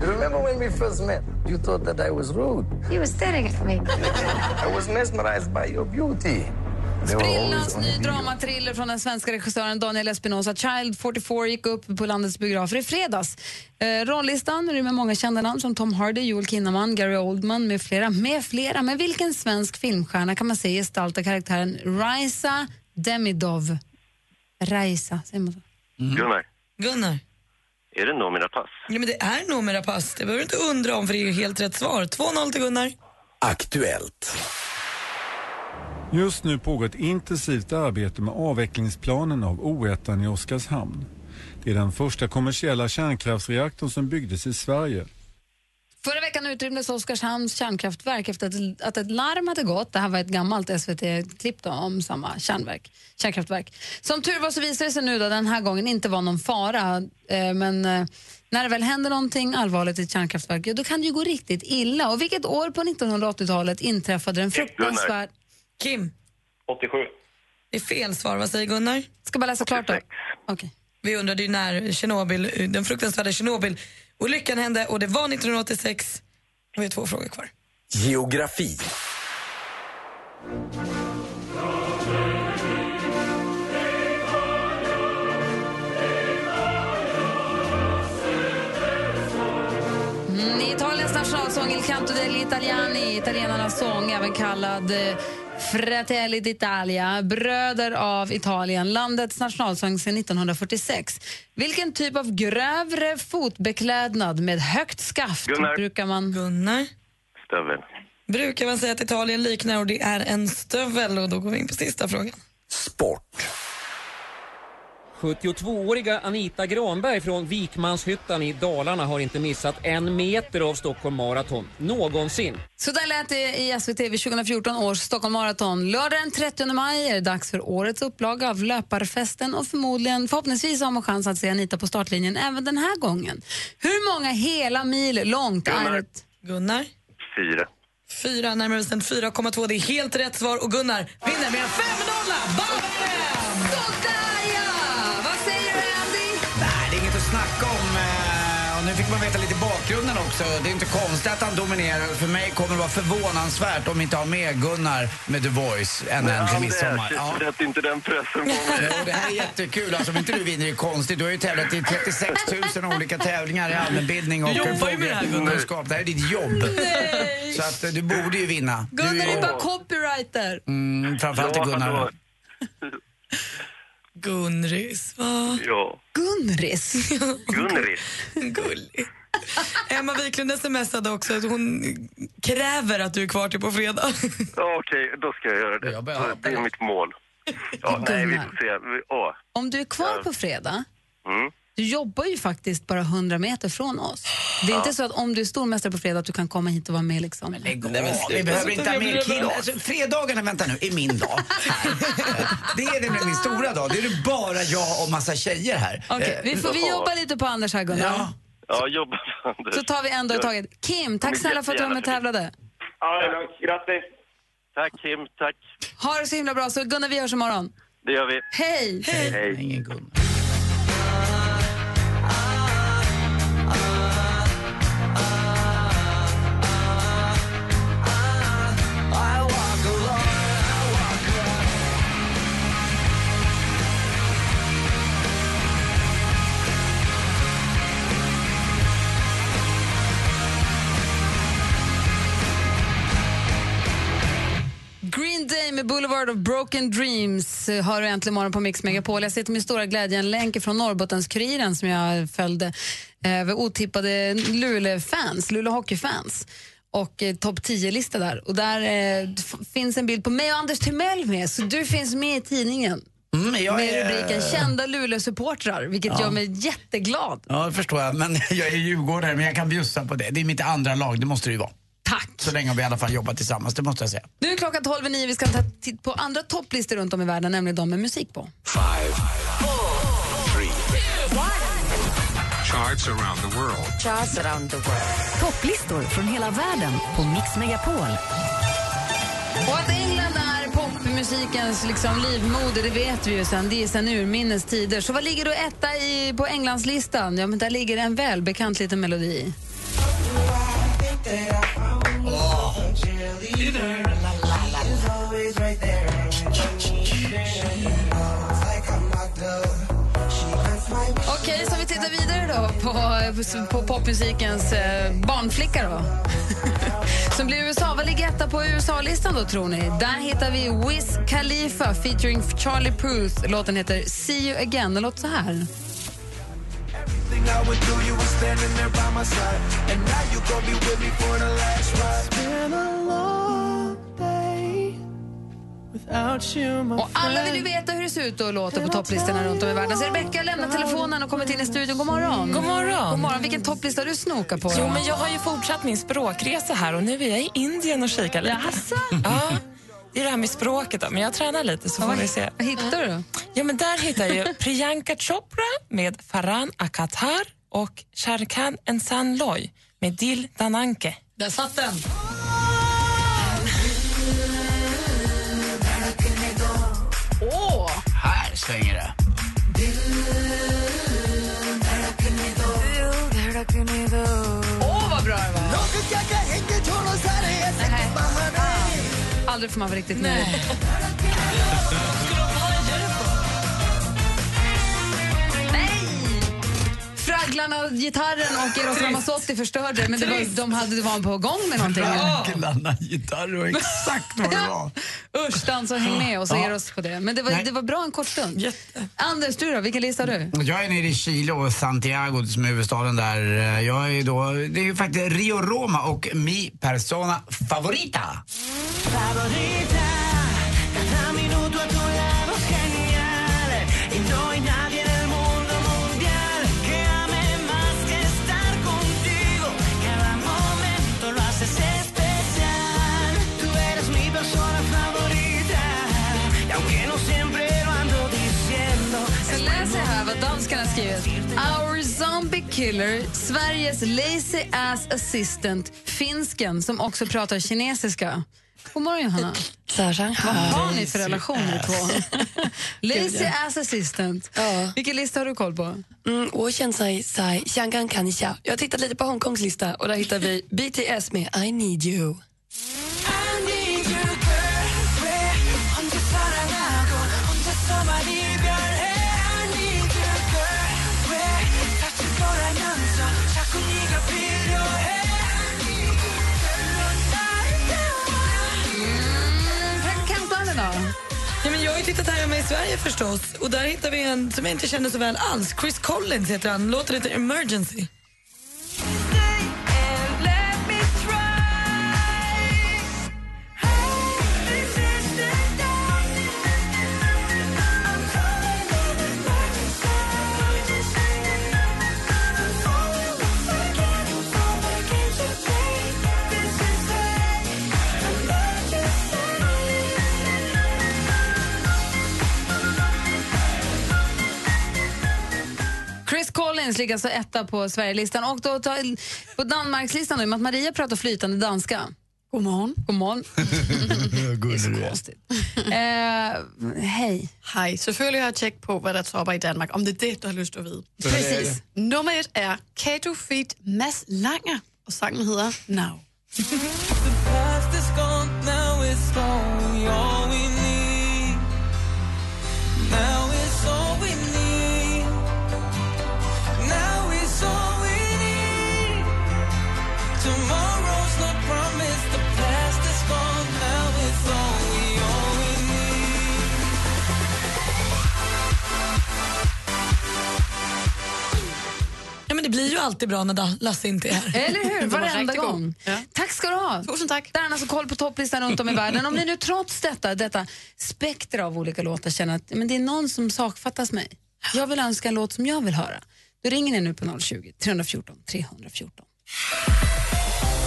Speaker 14: You remember when we first met? You thought that I was rude.
Speaker 9: He was staring at me.
Speaker 14: I was mesmerized by your beauty. They were always
Speaker 3: Sprillans
Speaker 14: on
Speaker 3: ny
Speaker 14: video.
Speaker 3: dramatriller från den svenska regissören Daniel Espinosa, Child 44, gick upp på landets biografer i fredags. Eh, rollistan rymmer många kända namn som Tom Hardy, Joel Kinnaman, Gary Oldman med flera. Med flera. Men vilken svensk filmstjärna kan man säga gestaltar karaktären Raisa Demidov? Raisa, säger man så?
Speaker 10: Gunnar,
Speaker 5: Gunnar.
Speaker 10: är det Noomi pass?
Speaker 5: Ja, men det är Noomi pass. Det behöver du inte undra om för det är helt rätt svar. 2-0 till Gunnar.
Speaker 13: Aktuellt.
Speaker 15: Just nu pågår ett intensivt arbete med avvecklingsplanen av O1 i Oskarshamn. Det är den första kommersiella kärnkraftsreaktorn som byggdes i Sverige.
Speaker 3: Förra veckan utrymdes Oskarshamns kärnkraftverk efter att, att ett larm hade gått. Det här var ett gammalt SVT-klipp då om samma kärnverk, kärnkraftverk. Som tur var så visade det sig nu då den här gången inte vara någon fara. Eh, men eh, när det väl händer någonting allvarligt i ett kärnkraftverk, ja, då kan det ju gå riktigt illa. Och vilket år på 1980-talet inträffade den fruktansvärda...
Speaker 5: Kim.
Speaker 12: 87.
Speaker 5: Det är fel svar. Vad säger Gunnar?
Speaker 3: Ska bara läsa klart då. Okej.
Speaker 5: Vi undrade ju när Tjernobyl, den fruktansvärda Tjernobyl-olyckan hände och det var 1986. Och vi har två frågor kvar.
Speaker 13: Geografi.
Speaker 3: Mm, I Italiens nationalsång Il canto degli italiani, italienarnas sång, även kallad eh, Fratelli d'Italia, bröder av Italien, landets nationalsång sedan 1946. Vilken typ av grövre fotbeklädnad med högt skaft
Speaker 10: Gunnar.
Speaker 3: brukar man...
Speaker 5: Gunnar.
Speaker 10: Stövel.
Speaker 5: Brukar man säga att Italien liknar och det är en stövel och då går vi in på sista frågan.
Speaker 16: 72-åriga Anita Granberg från Vikmanshyttan i Dalarna har inte missat en meter av Stockholm Marathon någonsin.
Speaker 3: Så där lät det i SVT vid 2014 års Stockholm Marathon. Lördag den 30 maj är det dags för årets upplaga av Löparfesten och förmodligen, förhoppningsvis har man chans att se Anita på startlinjen även den här gången. Hur många hela mil långt är ett...
Speaker 5: Gunnar?
Speaker 10: Fyra.
Speaker 5: Fyra, närmare bestämt 4,2. Det är helt rätt svar och Gunnar vinner med en 5
Speaker 3: Vad säger du, Andy?
Speaker 6: Nej, det är inget att snacka om. eh, Och nu fick man veta lite bakgrunden också. Det är inte konstigt att han dominerar. För mig kommer det vara förvånansvärt om vi inte har med Gunnar med The Voice än en till midsommar. Ja.
Speaker 10: Sätt inte den pressen på mig.
Speaker 6: Jo, det här är jättekul. Alltså, om inte du vinner är det konstigt. Du har ju tävlat i 36 000 olika tävlingar i allmänbildning och
Speaker 5: Du jobbar ju med det här, Gunnar.
Speaker 6: kunskap. Det här är ditt jobb. Så att eh, du borde ju vinna. Du
Speaker 3: Gunnar är
Speaker 6: ju-
Speaker 3: bara copywriter.
Speaker 6: Mm, framförallt till
Speaker 5: Ja,
Speaker 6: Gunnar.
Speaker 5: hallå. Gunris, va?
Speaker 10: Ja.
Speaker 3: Gunris?
Speaker 10: Gunris.
Speaker 5: Gullig. Emma Wiklund smsade också att hon kräver att du är kvar till på fredag.
Speaker 10: Ja, Okej, då ska jag göra det. det är mitt mål. Ja, nej, vi får se. Vi, åh.
Speaker 3: Om du är kvar på fredag,
Speaker 10: Mm.
Speaker 3: du jobbar ju faktiskt bara 100 meter från oss. Det är
Speaker 10: Ja.
Speaker 3: inte så att om du är stormästare på fredag att du kan komma hit och vara med liksom.
Speaker 6: Nej, men sluta. Vi behöver inte ha mer killar. Alltså, fredagarna, vänta nu, är min dag. det är nämligen min stora dag. Det är det bara jag och massa tjejer här. Eh,
Speaker 3: Okej, vi får vi jobba lite på Anders här Gunnar.
Speaker 6: Ja.
Speaker 10: Ja, jobba för Anders.
Speaker 3: Så tar vi en dag i taget. Kim, tack snälla för att du var med och tävlade.
Speaker 10: Ja, det är lugnt. Grattis. Tack, Kim. Tack.
Speaker 3: Ha det så himla bra, så Gunnar vi hörs imorgon.
Speaker 10: Det gör vi.
Speaker 3: Hej!
Speaker 10: Hej.
Speaker 6: Ingen
Speaker 3: med Boulevard of Broken Dreams eh, hör du äntligen morgon på Mix Megapol. Jag ser till min stora glädje en länk från Norrbottens-Kuriren som jag följde. Eh, vi otippade Luleå-fans, Luleå Hockey-fans och eh, topp 10-lista där. Och där eh, f- finns en bild på mig och Anders Timell med, så du finns med i tidningen.
Speaker 6: Mm, jag
Speaker 3: med
Speaker 6: är-
Speaker 3: rubriken Kända Luleå-supportrar, vilket
Speaker 6: Ja.
Speaker 3: gör mig jätteglad.
Speaker 6: Ja, det förstår jag. Men jag är djurgårdare, men jag kan bjussa på det. Det är mitt andra lag, det måste det ju vara.
Speaker 3: Tack!
Speaker 6: Så länge har vi i alla fall jobbat tillsammans, det måste jag säga.
Speaker 3: Nu är klockan 12 och 9. Vi ska ta titt på andra topplistor runt om i världen, nämligen de med musik på.
Speaker 9: Five, four, three, Charts around the world.
Speaker 12: Charts around the world.
Speaker 2: Topplistor från hela världen på Mix Megapol.
Speaker 3: Och att England är popmusikens liksom livmoder, det vet vi ju sen. Det är sen urminnes tider. Så vad ligger då etta i, på Englandslistan? Ja, men där ligger en välbekant liten melodi. Okej, så vi tittar vidare då på, på popmusikens eh, barnflicka då. Som blir USA. Vad ligger etta på USA-listan då tror ni? Där hittar vi Wiz Khalifa featuring Charlie Puth. Låten heter See You Again. Den låter så här.
Speaker 9: I would do, you were standing there by my side. And now you gon' be with me for the last ride. It's been a long day without you, my
Speaker 3: Och alla vill ju veta hur det ser ut och låter på topplistorna runt om i världen. Så Rebecca har lämnat telefonen och kommit in i studion. God morgon.
Speaker 17: God morgon.
Speaker 3: God morgon. Vilken topplista du snokar på?
Speaker 17: Jo, men jag har ju fortsatt min språkresa här och nu är jag i Indien och kikar lite. Ja, det är det här med språket då, men jag tränar lite så får vi se.
Speaker 3: Vad hittar du då?
Speaker 17: Ja, men där hittar jag ju Priyanka Chopra med Farhan Akatar och Sharkan Ensanloy med Dil Dananke.
Speaker 5: Där satt den!
Speaker 3: Åh!
Speaker 6: Här svänger det.
Speaker 3: Åh, vad bra det var! Aldrig får man vara riktigt nöjd. Nej! Fragglarna, gitarren och Eros Ramazzotti förstörde men det var, de hade det var på gång med någonting. eller?
Speaker 6: Fragglarna, gitarr och exakt vad det var.
Speaker 3: Usch, dansa och häng med och så
Speaker 6: Ja.
Speaker 3: Eros på det. Men det var,
Speaker 6: Nej.
Speaker 3: det var bra en kort stund. Anders, du då? Vilken lista har du?
Speaker 6: Jag är nere i Chile och Santiago som är huvudstaden där. Jag är då, det är ju faktiskt Rio Roma och Mi Persona Favorita.
Speaker 9: Favorita, cada minuto a tu lado es genial. Y no hay nadie en el mundo mundial que ame más que estar contigo. Cada momento lo haces especial. Tú eres mi persona favorita. Y aunque no siempre lo ando diciendo,
Speaker 3: Sen läser jag här vad danskarna har skrivit. Our zombie killer, Sveriges lazy ass assistant, finsken som också pratar kinesiska. God morgon Johanna. Vad har ni för relation ni två? Lazy ass assistant. Vilken lista har du koll på?
Speaker 18: Mm, och känns sig, sig, Shangan kan jag. Jag har tittat lite på Hongkongs lista och där hittar vi BTS med I need you.
Speaker 9: I need you, girl. 왜 혼자 살아가고 혼자서만 이별해? I need you, girl. 왜 같이 돌아가면서 자꾸 네가 필요해? I need you, girl. 넌 나를
Speaker 3: Mm, praktikant Malin då?
Speaker 5: Ja, men jag har ju tittat här hemma i Sverige förstås och där hittar vi en som jag inte känner så väl alls. Chris Collins heter han, låter lite emergency.
Speaker 3: Chris Collins ligger alltså etta på Sverigelistan och då tar, på Danmarkslistan då, i och med att Maria pratar flytande danska. God morgon. God morgon.
Speaker 6: det är så konstigt.
Speaker 3: Eh, hej.
Speaker 7: Hej. Selvfølgelig har jeg tjek på, hvad der topper i Danmark. Om det er det, du har lyst til at vide.
Speaker 6: Ja, det er Præcis.
Speaker 7: Nummer et er Kato Feet Mads Langer, og sangen hedder Now.
Speaker 9: past is gone, now it's only all we need. Now it's all we need. Now it's all we need. Tomorrow's not promised, the past is gone, now it's only all we
Speaker 5: det blir ju alltid bra när Da- Lasse inte är här.
Speaker 3: Eller hur? Varenda gång. Tack ska du ha.
Speaker 7: Tusen tack.
Speaker 3: Där har alltså koll på topplistan runt om i världen. Om ni nu trots detta, detta spektra av olika låtar känner att men det är någon som sakfattas mig. Jag vill önska en låt som jag vill höra. Då ringer ni nu på 020 314 314.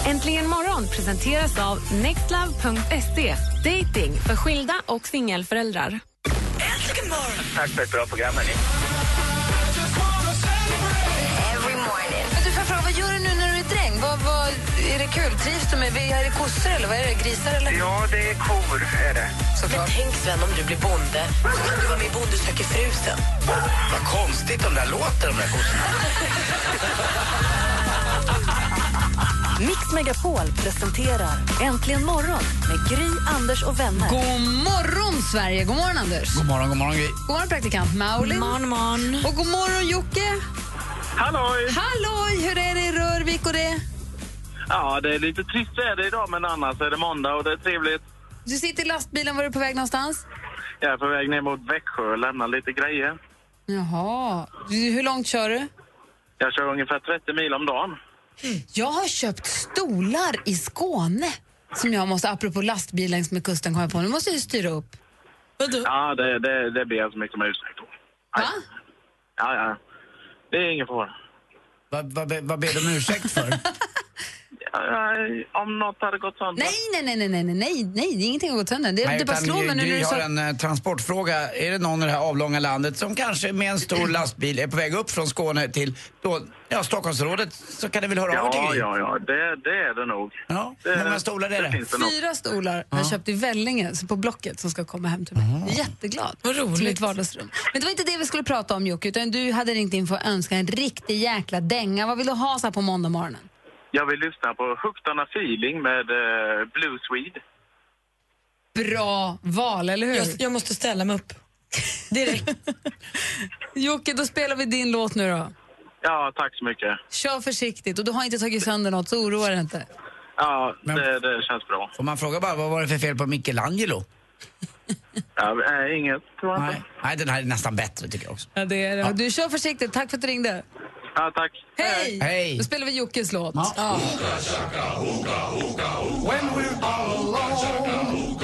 Speaker 8: Äntligen morgon presenteras av nextlove.se. Dating för skilda och singelföräldrar.
Speaker 4: Tack för ett bra program, hörni.
Speaker 3: Men du, får jag fråga, vad gör du nu när du är dräng? Vad, vad, är det kul? Trivs du med är det kossor eller vad är det? Grisar eller?
Speaker 4: Ja, det är kor, är det.
Speaker 12: Men tänk Sven om du blir bonde. Så kan du vara med i Bonde söker frusen.
Speaker 13: Vad konstigt de där låter, de där kossorna.
Speaker 2: Mix Megapol presenterar Äntligen morgon med Gry, Anders och vänner.
Speaker 3: God morgon, Sverige! God morgon, Anders!
Speaker 6: God morgon, god morgon Gry.
Speaker 3: God morgon, praktikant Maulin. Morgon, morgon. Och god morgon, Jocke.
Speaker 4: Halloj!
Speaker 3: Halloj! Hur är det i Rörvik och det?
Speaker 4: Ja, det är lite trist väder idag, men annars är det måndag och det är trevligt.
Speaker 3: Du sitter i lastbilen. Var är du på väg någonstans?
Speaker 4: Jag är på väg ner mot Växjö och lämnar lite grejer.
Speaker 3: Jaha. Du, Hur långt kör du?
Speaker 4: Jag kör ungefär 30 mil om dagen.
Speaker 3: Jag har köpt stolar i Skåne som jag måste, apropå lastbil längs med kusten, kommer jag på. Nu måste jag ju styra upp.
Speaker 4: Ja, det, det, det ber jag så mycket om ursäkt
Speaker 3: Va?
Speaker 4: Ja, ja. Det är ingen fara.
Speaker 6: Vad vad be- vad ber du om ursäkt för?
Speaker 4: Ja, ja, Om något hade gått sönder.
Speaker 3: Nej, nej, nej, nej, nej, nej, nej, nej, det är ingenting har gått sönder. Det, det bara
Speaker 6: utan
Speaker 3: slår
Speaker 6: Gry-
Speaker 3: mig nu när
Speaker 6: Gry
Speaker 3: du
Speaker 6: har
Speaker 3: sa...
Speaker 6: en eh, transportfråga. Är det någon i det här avlånga landet som kanske med en stor lastbil är på väg upp från Skåne till då, ja, Stockholmsrådet så kan det väl höra av till
Speaker 4: Ja,
Speaker 6: Gry?
Speaker 4: ja, ja. Det, det är det nog.
Speaker 6: Ja,
Speaker 4: det,
Speaker 6: hur många stolar är det?
Speaker 4: finns det nog.
Speaker 3: Fyra stolar har jag köpt i Vellinge så på Blocket som ska komma hem till mig. Jag är Jätteglad. Vad roligt. Till mitt vardagsrum. Men det var inte det vi skulle prata om Jocke, utan du hade ringt in för att önska en riktig jäkla dänga. Vad vill du ha så här på måndag morgonen?
Speaker 4: Jag vill lyssna på Hooked on a feeling med eh, Blue Swede.
Speaker 3: Bra val, eller hur?
Speaker 5: Jag, jag måste ställa mig upp. Direkt.
Speaker 3: Jocke, då spelar vi din låt nu då.
Speaker 4: Ja, tack så mycket.
Speaker 3: Kör försiktigt och du har inte tagit sönder något, så oroa dig inte.
Speaker 4: Ja, det, det känns bra.
Speaker 6: Får man fråga bara, vad var det för fel på Michelangelo?
Speaker 4: Ja, eh, inget, tror jag inte.
Speaker 6: Nej, den här är nästan bättre tycker jag också.
Speaker 3: Ja, det är det. Du kör försiktigt. Tack för att du ringde.
Speaker 4: Ja, tack.
Speaker 3: Hej!
Speaker 6: Hej.
Speaker 3: Då spelar vi Jockes låt. Ja.
Speaker 9: When we're all alone,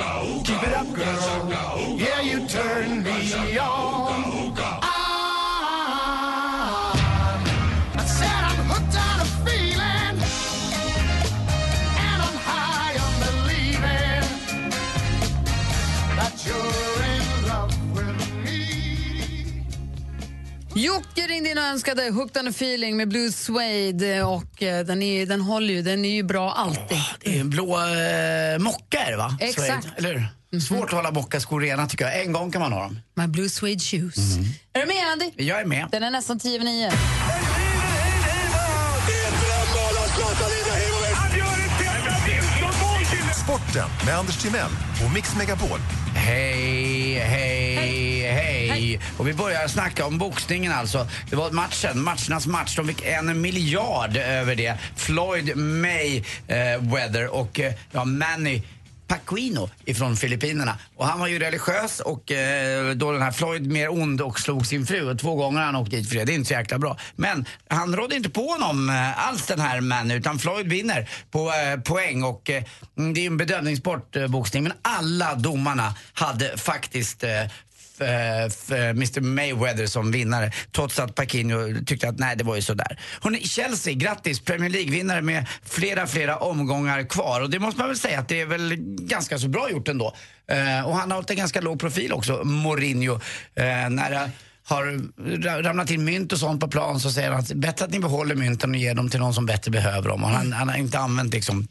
Speaker 9: keep it up, girl. Yeah, you turn me on. Ah, I said I'm hooked on a feeling, and I'm high on believing that you're in love with me.
Speaker 3: Jocke ringde in och önskade Hooked on a feeling med Blue Suede och eh, den, är, den håller ju, den är ju bra alltid.
Speaker 6: Det är en blå eh, mocka är det va?
Speaker 3: Exakt. Mhm.
Speaker 6: Suede, Eller hur? Svårt att hålla mockaskor rena tycker jag. En gång kan man ha dem.
Speaker 3: My Blue Suede shoes. Är du med Andy?
Speaker 6: Jag är med.
Speaker 3: Den är nästan tio över nio.
Speaker 19: Sporten med Anders Timell och Mix Megapol.
Speaker 6: Hej, hej, hej, Och vi börjar snacka om boxningen alltså. Det var matchen, matchernas match. De fick en miljard över det. Floyd Mayweather och eh, ja, Manny Pacquino ifrån Filippinerna. Och han var ju religiös och eh, då den här Floyd mer ond och slog sin fru. Och två gånger har han åkt dit för det. Det är inte så jäkla bra. Men han rådde inte på honom eh, alls den här Manny utan Floyd vinner på eh, poäng och eh, mm, det är ju en bedömningssport eh, boxning. Men alla domarna hade faktiskt eh, f- f- Mr Mayweather som vinnare trots att Pacquiao tyckte att nej, det var ju sådär. Hon, Chelsea, grattis! Premier League-vinnare med flera, flera omgångar kvar och det måste man väl säga att det är väl ganska så bra gjort ändå. Eh, och han har hållit en ganska låg profil också, Mourinho. Eh, när det har ra- ramlat in mynt och sånt på plan så säger han att bättre att ni behåller mynten och ger dem till någon som bättre behöver dem. Och han, han har inte använt liksom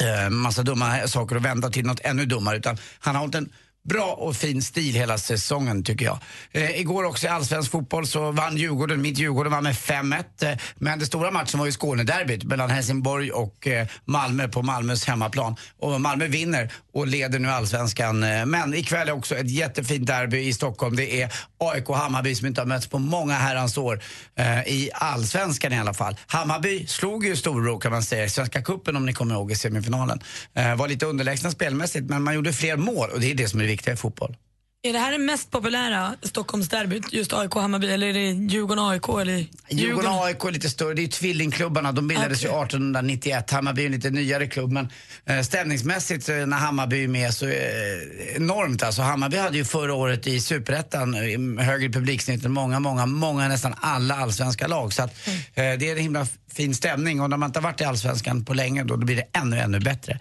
Speaker 6: eh, massa dumma saker och vända till något ännu dummare. Utan han har hållit en bra och fin stil hela säsongen tycker jag. Eh, igår också i allsvensk fotboll så vann Djurgården, mitt Djurgården vann med 5-1. Eh, men den stora matchen var ju Skånederbyt mellan Helsingborg och eh, Malmö på Malmös hemmaplan. Och Malmö vinner och leder nu allsvenskan. Eh, men ikväll är också ett jättefint derby i Stockholm. Det är AIK och Hammarby som inte har mötts på många herrans år. Eh, I allsvenskan i alla fall. Hammarby slog ju Storebro kan man säga i Svenska Cupen om ni kommer ihåg i semifinalen. Eh, var lite underlägsna spelmässigt men man gjorde fler mål och det är det som är viktigt i fotboll.
Speaker 5: Är det här det mest populära Stockholmsderbyt, just AIK-Hammarby, eller är det Djurgården-AIK? Eller
Speaker 6: Djurgården och AIK är lite större, det är ju tvillingklubbarna. De bildades ju 1891. Hammarby är en lite nyare klubb men eh, stämningsmässigt så är- när Hammarby är med så är det enormt alltså. Hammarby hade ju förra året i superettan eh, högre publiksnitt än många, många, många, nästan alla allsvenska lag. Så att, eh, det är en himla fin stämning och när man inte har varit i allsvenskan på länge då, då blir det ännu, ännu bättre.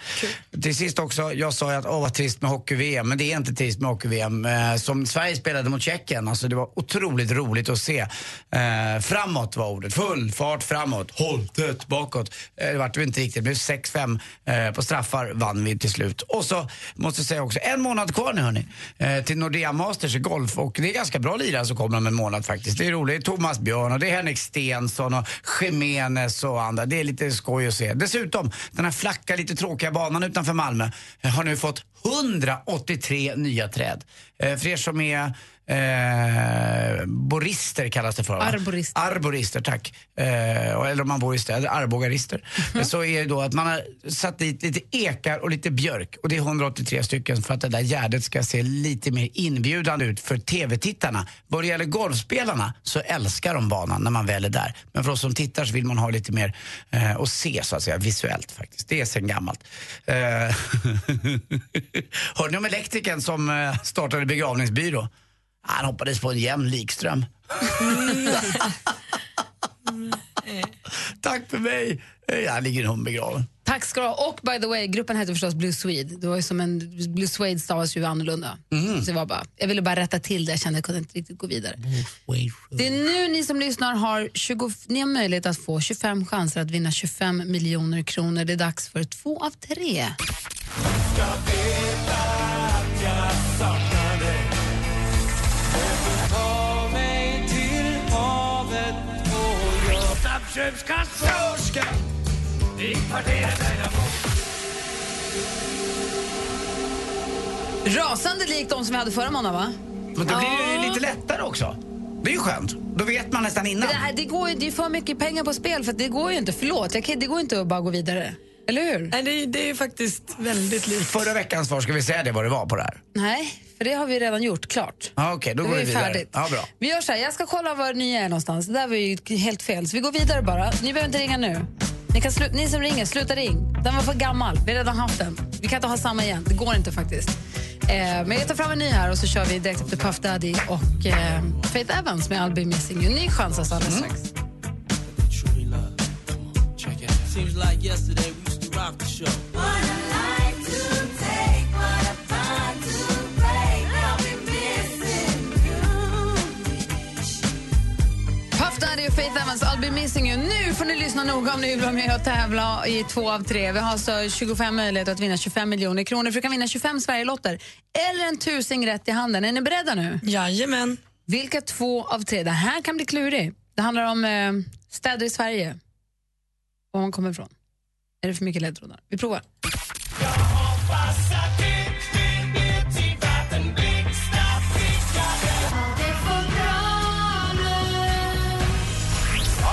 Speaker 6: Till sist också, jag sa ju att åh vad trist med hockey-VM, men det är inte trist med hockey-VM. Eh, som Sverige spelade mot Tjeckien, alltså det var otroligt roligt att se. Eh, framåt var ordet, full fart framåt, hållet bakåt. Eh, det vart ju inte riktigt, det blev 6-5 eh, på straffar vann vi till slut. Och så måste jag säga också, en månad kvar nu hörni, eh, till Nordea Masters i golf och det är ganska bra lirare som kommer om en månad faktiskt. Det är roligt, det är Thomas Björn och det är Henrik Stensson och Jiménez och andra. Det är lite skoj att se. Dessutom, den här flacka, lite tråkiga banan utanför Malmö eh, har nu fått 183 nya träd. Eh, för er som är Eh, borister kallas det för. va?
Speaker 3: Arborister.
Speaker 6: Arborister, tack. Eh, och- eller om man bor i städer, arbogarister. Så är det då att man har satt dit lite ekar och lite björk. Och det är 183 stycken för att det där gärdet ska se lite mer inbjudande ut för TV-tittarna. Vad det gäller golfspelarna så älskar de banan när man väl är där. Men för oss som tittar så vill man ha lite mer eh, att se så att säga, visuellt faktiskt. Det är sen gammalt. Eh, Hörde ni om elektrikern som eh, startade begravningsbyrå? Han hoppades på en jämn likström. Tack för mig. Eh, Här ligger en hund begraven.
Speaker 3: Tack ska du ha. Och by the way, gruppen hette förstås Blue Swede. Det var ju som en, Blue Swede stavas ju annorlunda.
Speaker 6: Mm.
Speaker 3: Så det var bara, jag ville bara rätta till det, jag kände att jag kunde inte riktigt gå vidare. Det är nu ni som lyssnar har, 20, ni har möjlighet att få 25 chanser att vinna 25 miljoner kronor. Det är dags för två av tre.
Speaker 9: Snabbköpskassörska i kvarteret där jag bor
Speaker 3: Rasande likt de som vi hade förra månaden, va?
Speaker 6: Men då blir det ju lite lättare också. Det är ju skönt. Då vet man nästan
Speaker 3: Men
Speaker 6: innan.
Speaker 3: det, här, det, går ju, det är för mycket pengar på spel, för att det går ju inte. Förlåt, jag, kan- det går inte att bara gå vidare. Eller hur?
Speaker 5: Nej, det, är ju faktiskt väldigt likt.
Speaker 6: Förra veckans svar, ska vi säga det vad det var på det här?
Speaker 3: Nej, för det har vi redan gjort klart.
Speaker 6: Ja, Okej, då
Speaker 3: Det
Speaker 6: går
Speaker 3: var
Speaker 6: vi
Speaker 3: ju
Speaker 6: vidare.
Speaker 3: färdigt.
Speaker 6: Ja, bra.
Speaker 3: Vi gör så här, jag ska kolla var ni är någonstans. Det där var ju helt fel, så vi går vidare bara. Ni behöver inte ringa nu. Ni, kan slu- ni som ringer, sluta ring. Den var för gammal, vi har redan haft den. Vi kan inte ha samma igen, det går inte faktiskt. Eh, men jag tar fram en ny här och så kör vi direkt efter Puff Daddy och eh, Faith Evans med I'll be missing you. Ny chans alltså alldeles strax.
Speaker 9: Seems like yesterday we used to rock the show
Speaker 3: Puff Daddy och Faith Evans, I'll be missing you. Nu får ni lyssna noga om ni vill vara med och tävla i två av tre. Vi har alltså 25 möjligheter att vinna 25 miljoner kronor. För du kan vinna 25 Sverigelotter eller en tusing rätt i handen. Är ni beredda nu?
Speaker 5: Jajamän.
Speaker 3: Vilka två av tre? Det här kan bli klurigt. Det handlar om eh, städer i Sverige. Var man kommer ifrån. Är det för mycket ledtrådar? Vi provar.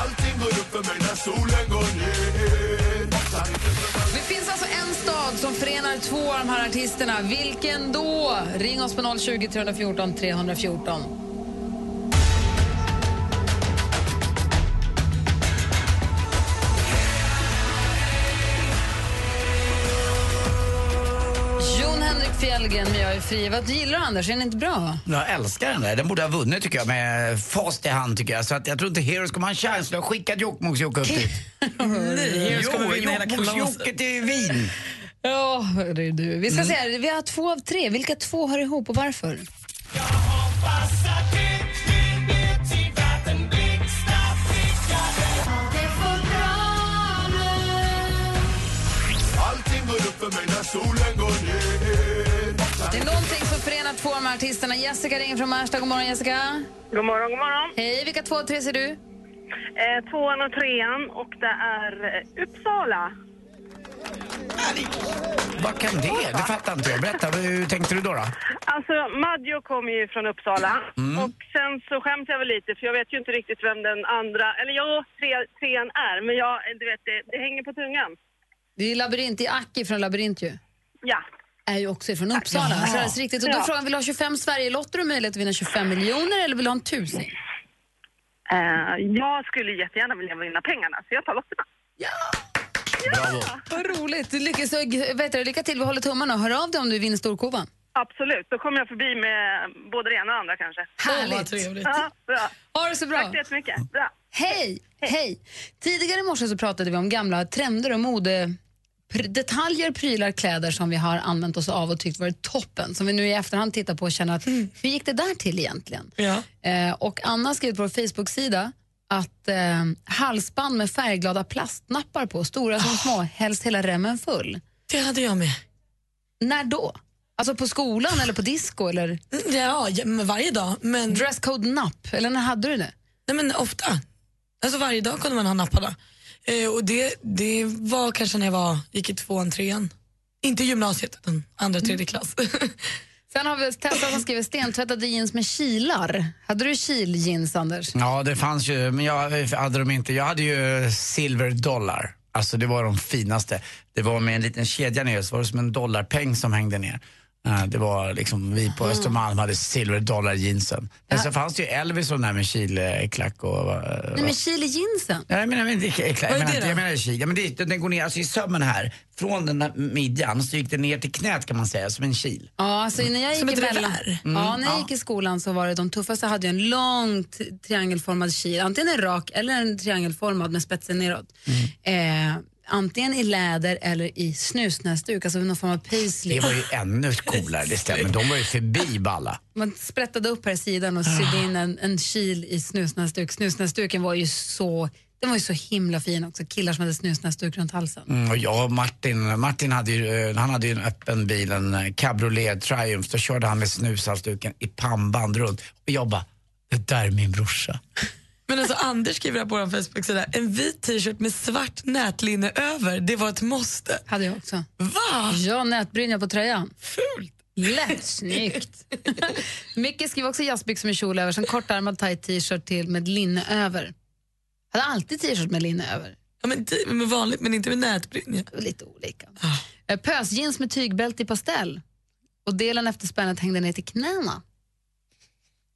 Speaker 9: Allting går upp för mig när solen går ner
Speaker 3: Det finns alltså en stad som förenar två av de här artisterna. Vilken då? Ring oss på 020 314 314. Jon Henrik Fjällgren med Jag är fri. Vad gillar du, Anders? Är den inte bra?
Speaker 6: Jag älskar den där. Den borde ha vunnit tycker jag med fast i hand tycker jag. Så att jag tror inte Heroes kommer ha en chans. Jag har skickat Jokkmokks-Jocke upp dit.
Speaker 5: Nej, Heroes kommer vinna hela kalaset.
Speaker 6: Jokkmokks-Jocke till Wien.
Speaker 3: Ja, hörru du. Vi ska se, vi har två av tre. Vilka två hör ihop och varför?
Speaker 9: Allting går upp för mig när solen går ner
Speaker 3: Det är någonting som förenar två av de här artisterna. Jessica ringer från Märsta. God morgon, Jessica.
Speaker 20: God morgon, god morgon.
Speaker 3: Hej, vilka två och tre ser du?
Speaker 20: Eh, tvåan och trean och det är eh, Uppsala.
Speaker 6: Vad kan det? Det fattar inte jag. Berätta, hur tänkte du då? då?
Speaker 20: Alltså Maggio kommer ju från Uppsala
Speaker 6: Mm.
Speaker 20: och sen så skäms jag väl lite för jag vet ju inte riktigt vem den andra, eller jo, tre, trean är men eh, jag, du vet det, det hänger på tungan.
Speaker 3: Det är ju Labyrint. Det är Aki från Labyrint ju.
Speaker 20: Ja,
Speaker 3: är ju också från Uppsala.
Speaker 21: Jaha.
Speaker 3: Så det är riktigt. Och då
Speaker 21: Ja.
Speaker 3: frågar han, vill du ha 25 Sverigelotter och möjlighet att vinna 25 miljoner eller vill du ha en tusing?
Speaker 20: Eh, jag skulle jättegärna vilja vinna pengarna, så jag tar lotterna.
Speaker 6: Bravo.
Speaker 3: Vad roligt. Lycka, så, vet du, lycka till, vi håller tummarna. Hör av dig om du vinner storkovan.
Speaker 20: Absolut, då kommer jag förbi med både det ena och det andra kanske.
Speaker 3: Härligt. Åh, vad trevligt.
Speaker 20: Ja, bra.
Speaker 3: Ha det så bra.
Speaker 20: Tack så jättemycket. Bra.
Speaker 3: Hej! Hej! Tidigare i morse så pratade vi om gamla trender och mode pr- detaljer, prylar, kläder som vi har använt oss av och tyckt varit toppen. Som vi nu i efterhand tittar på och känner att hur gick det där till egentligen?
Speaker 5: Ja.
Speaker 3: Eh, och Anna har skrivit på vår Facebook-sida att eh, halsband med färgglada plastnappar på, stora som små, helst hela remmen full.
Speaker 5: Det hade jag med.
Speaker 3: När då? Alltså på skolan eller på disco? Eller?
Speaker 5: Mm, Ja, ja, men varje dag. Men...
Speaker 3: Dresscode-napp, eller när hade du det?
Speaker 5: Nej men ofta. Alltså varje dag kunde man ha napparna. Eh, och det, det var kanske när jag var, gick i tvåan, trean. Inte gymnasiet, utan andra,
Speaker 20: Mm.
Speaker 5: tredje klass.
Speaker 3: Sen har vi Tessa som skriver stentvättade jeans med kilar. Hade du kiljeans, Anders?
Speaker 6: Ja, det fanns ju, men jag hade dem inte. Jag hade ju silver dollar. Alltså det var de finaste. Det var med en liten kedja ner, så var det som en dollarpeng som hängde ner. Eh, Det var liksom, vi på Östermalm hade silver dollar jeansen. Men sen fanns det ju Elvis och den där med kilklack och... eh,
Speaker 3: Nej, men kil i jeansen.
Speaker 6: Ja, jag menar, men, det, är
Speaker 3: Vad
Speaker 6: klart.
Speaker 3: är
Speaker 6: jag menar,
Speaker 3: det
Speaker 6: inte-
Speaker 3: då?
Speaker 6: jag menar i kil. Ja, men det, den går ner alltså i sömmen här, från den där midjan, så gick det ner till knät kan man säga, som en kil.
Speaker 3: Ja, alltså, när jag gick
Speaker 6: Som
Speaker 3: i
Speaker 6: ett
Speaker 3: mellan...
Speaker 6: revär.
Speaker 3: ja,
Speaker 6: Mm,
Speaker 3: när jag gick i skolan så var det de tuffaste hade ju en lång t- triangelformad kil. Antingen en rak eller en triangelformad med spetsen neråt.
Speaker 6: Mm.
Speaker 3: Eh, antingen i läder eller i snusnäsduk, alltså någon form av paisley.
Speaker 6: Det var ju ännu coolare, det stämmer. De var ju förbi balla.
Speaker 3: Man sprättade upp här sidan och sydde in en, en kil i snusnäsduk. Snusnäsduken var ju så den var ju så himla fin också, killar som hade snusnäsduk runt halsen.
Speaker 6: Mm, och jag och Martin, Martin hade ju, eh, han hade ju en öppen bil, en eh, cabriolet Triumph. Då körde han med snushalsduken i pannband runt. Och jag bara, det där är min brorsa.
Speaker 5: Men alltså Anders skriver här på vår Facebook-sida, en vit t-shirt med svart nätlinne över, det var ett måste.
Speaker 3: Hade jag också.
Speaker 5: Va?
Speaker 3: Ja, nätbrynja på tröjan. Fult! Lätt snyggt. Micke skriver också jazzbyxor med kjol över, sen kortärmad tight t-shirt till med linne över. Hade alltid t-shirt med linne över.
Speaker 5: Ja, men t- men vanligt, men inte med nätbrynja.
Speaker 3: Lite olika. Eh, Pösjeans med tygbälte i pastell. Och delen efter spännet hängde ner till knäna.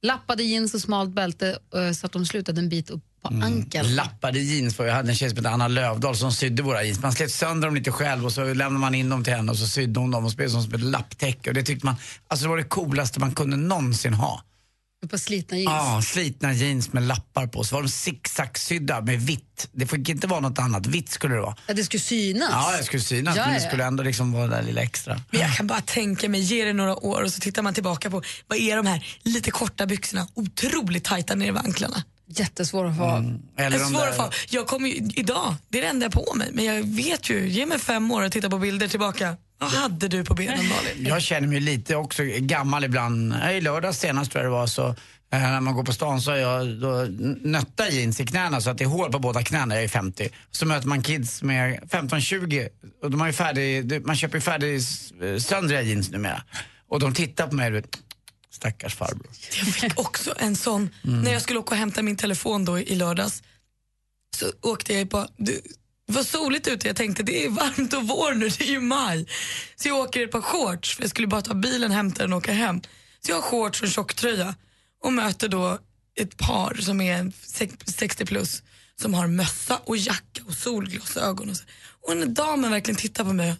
Speaker 3: Lappade jeans och smalt bälte eh, så att de slutade en bit upp på ankeln.
Speaker 6: Lappade jeans var Jag hade en tjej som hette Anna Lövdahl som sydde våra jeans. Man slet sönder dem lite själv och så lämnade man in dem till henne och så sydde hon dem och så blev det som ett lapptäcke. Och det tyckte man, alltså det var det coolaste man kunde någonsin ha.
Speaker 3: På slitna jeans.
Speaker 6: Ja, slitna jeans med lappar på. Så var de zigzag-sydda med vitt. Det fick inte vara något annat. Vitt skulle det vara.
Speaker 3: Ja, det skulle synas.
Speaker 6: Ja, jag skulle synas,
Speaker 5: Ja,
Speaker 6: men det
Speaker 5: ja.
Speaker 6: skulle ändå liksom vara det där lilla extra.
Speaker 5: Men jag kan bara tänka mig, ge det några år och så tittar man tillbaka på vad är de här lite korta byxorna, otroligt tajta nere vid anklarna.
Speaker 3: Jättesvår att få av.
Speaker 6: Eller
Speaker 5: En
Speaker 6: de
Speaker 5: svår
Speaker 6: där-
Speaker 5: Alltså, att få av. Jag kommer ju, idag, det är det enda jag har på mig, men jag vet ju, ge mig fem år och titta på bilder tillbaka. Vad hade du på benen Malin?
Speaker 6: Jag känner mig lite också gammal ibland. Eh, I lördags senast tror jag det var så eh, när man går på stan så har jag då n- nötta jeans i knäna så att det är hål på båda knäna. Jag är 50. Så möter man kids med 15-20 och de har ju färdig, det- man köper ju färdig s- eh, söndriga jeans numera. Och de tittar på mig du vet, stackars farbror.
Speaker 5: Jag fick också en sån.
Speaker 6: Mm.
Speaker 5: När jag skulle åka och hämta min telefon då i lördags så åkte jag på... Det var soligt ute jag tänkte det är varmt och vår nu, det är ju maj. Så jag åker i ett par shorts för jag skulle bara ta bilen, hämta den och åka hem. Så jag har shorts och en tjocktröja och möter då ett par som är sex- 60 plus som har mössa och jacka och solglasögon. Och, så. och när damen verkligen tittar på mig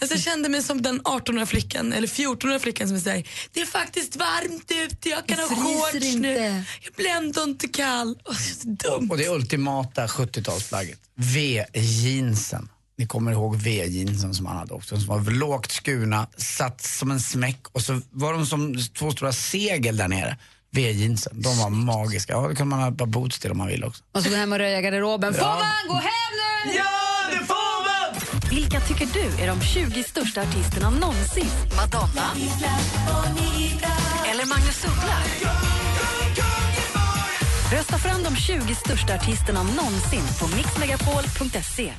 Speaker 5: Alltså, jag kände mig som den 18-åriga flickan, eller 14-åriga flickan som säger det är faktiskt varmt ute, jag kan
Speaker 3: Det
Speaker 5: ha
Speaker 3: fryser
Speaker 5: shorts nu.
Speaker 3: inte."
Speaker 5: Jag blir ändå inte kall. Och så dumt.
Speaker 6: Liksom. Och det ultimata 70-talsplagget. V-jeansen. Ni kommer ihåg V-jeansen som han hade också, som var lågt skurna, satt som en smäck och så var de som två stora segel där nere. V-jeansen, de var magiska. Ja, då kan man ha ett par boots till om man vill också.
Speaker 3: Man ska gå hem och röja garderoben. Får
Speaker 6: Ja.
Speaker 3: man gå hem nu?
Speaker 6: Ja, det får man!
Speaker 2: Vilka tycker du är de 20 största artisterna någonsin? Madonna? Eller Magnus Uggla? Rösta fram de 20 största artisterna någonsin på mixmegapol.se.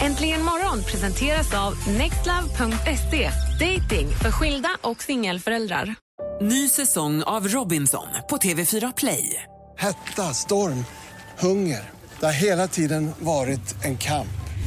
Speaker 8: Äntligen morgon presenteras av nextlove.se. Dating för skilda och singelföräldrar.
Speaker 22: Ny säsong av Robinson på TV4 Play.
Speaker 23: Hetta, storm, hunger. Det har hela tiden varit en kamp.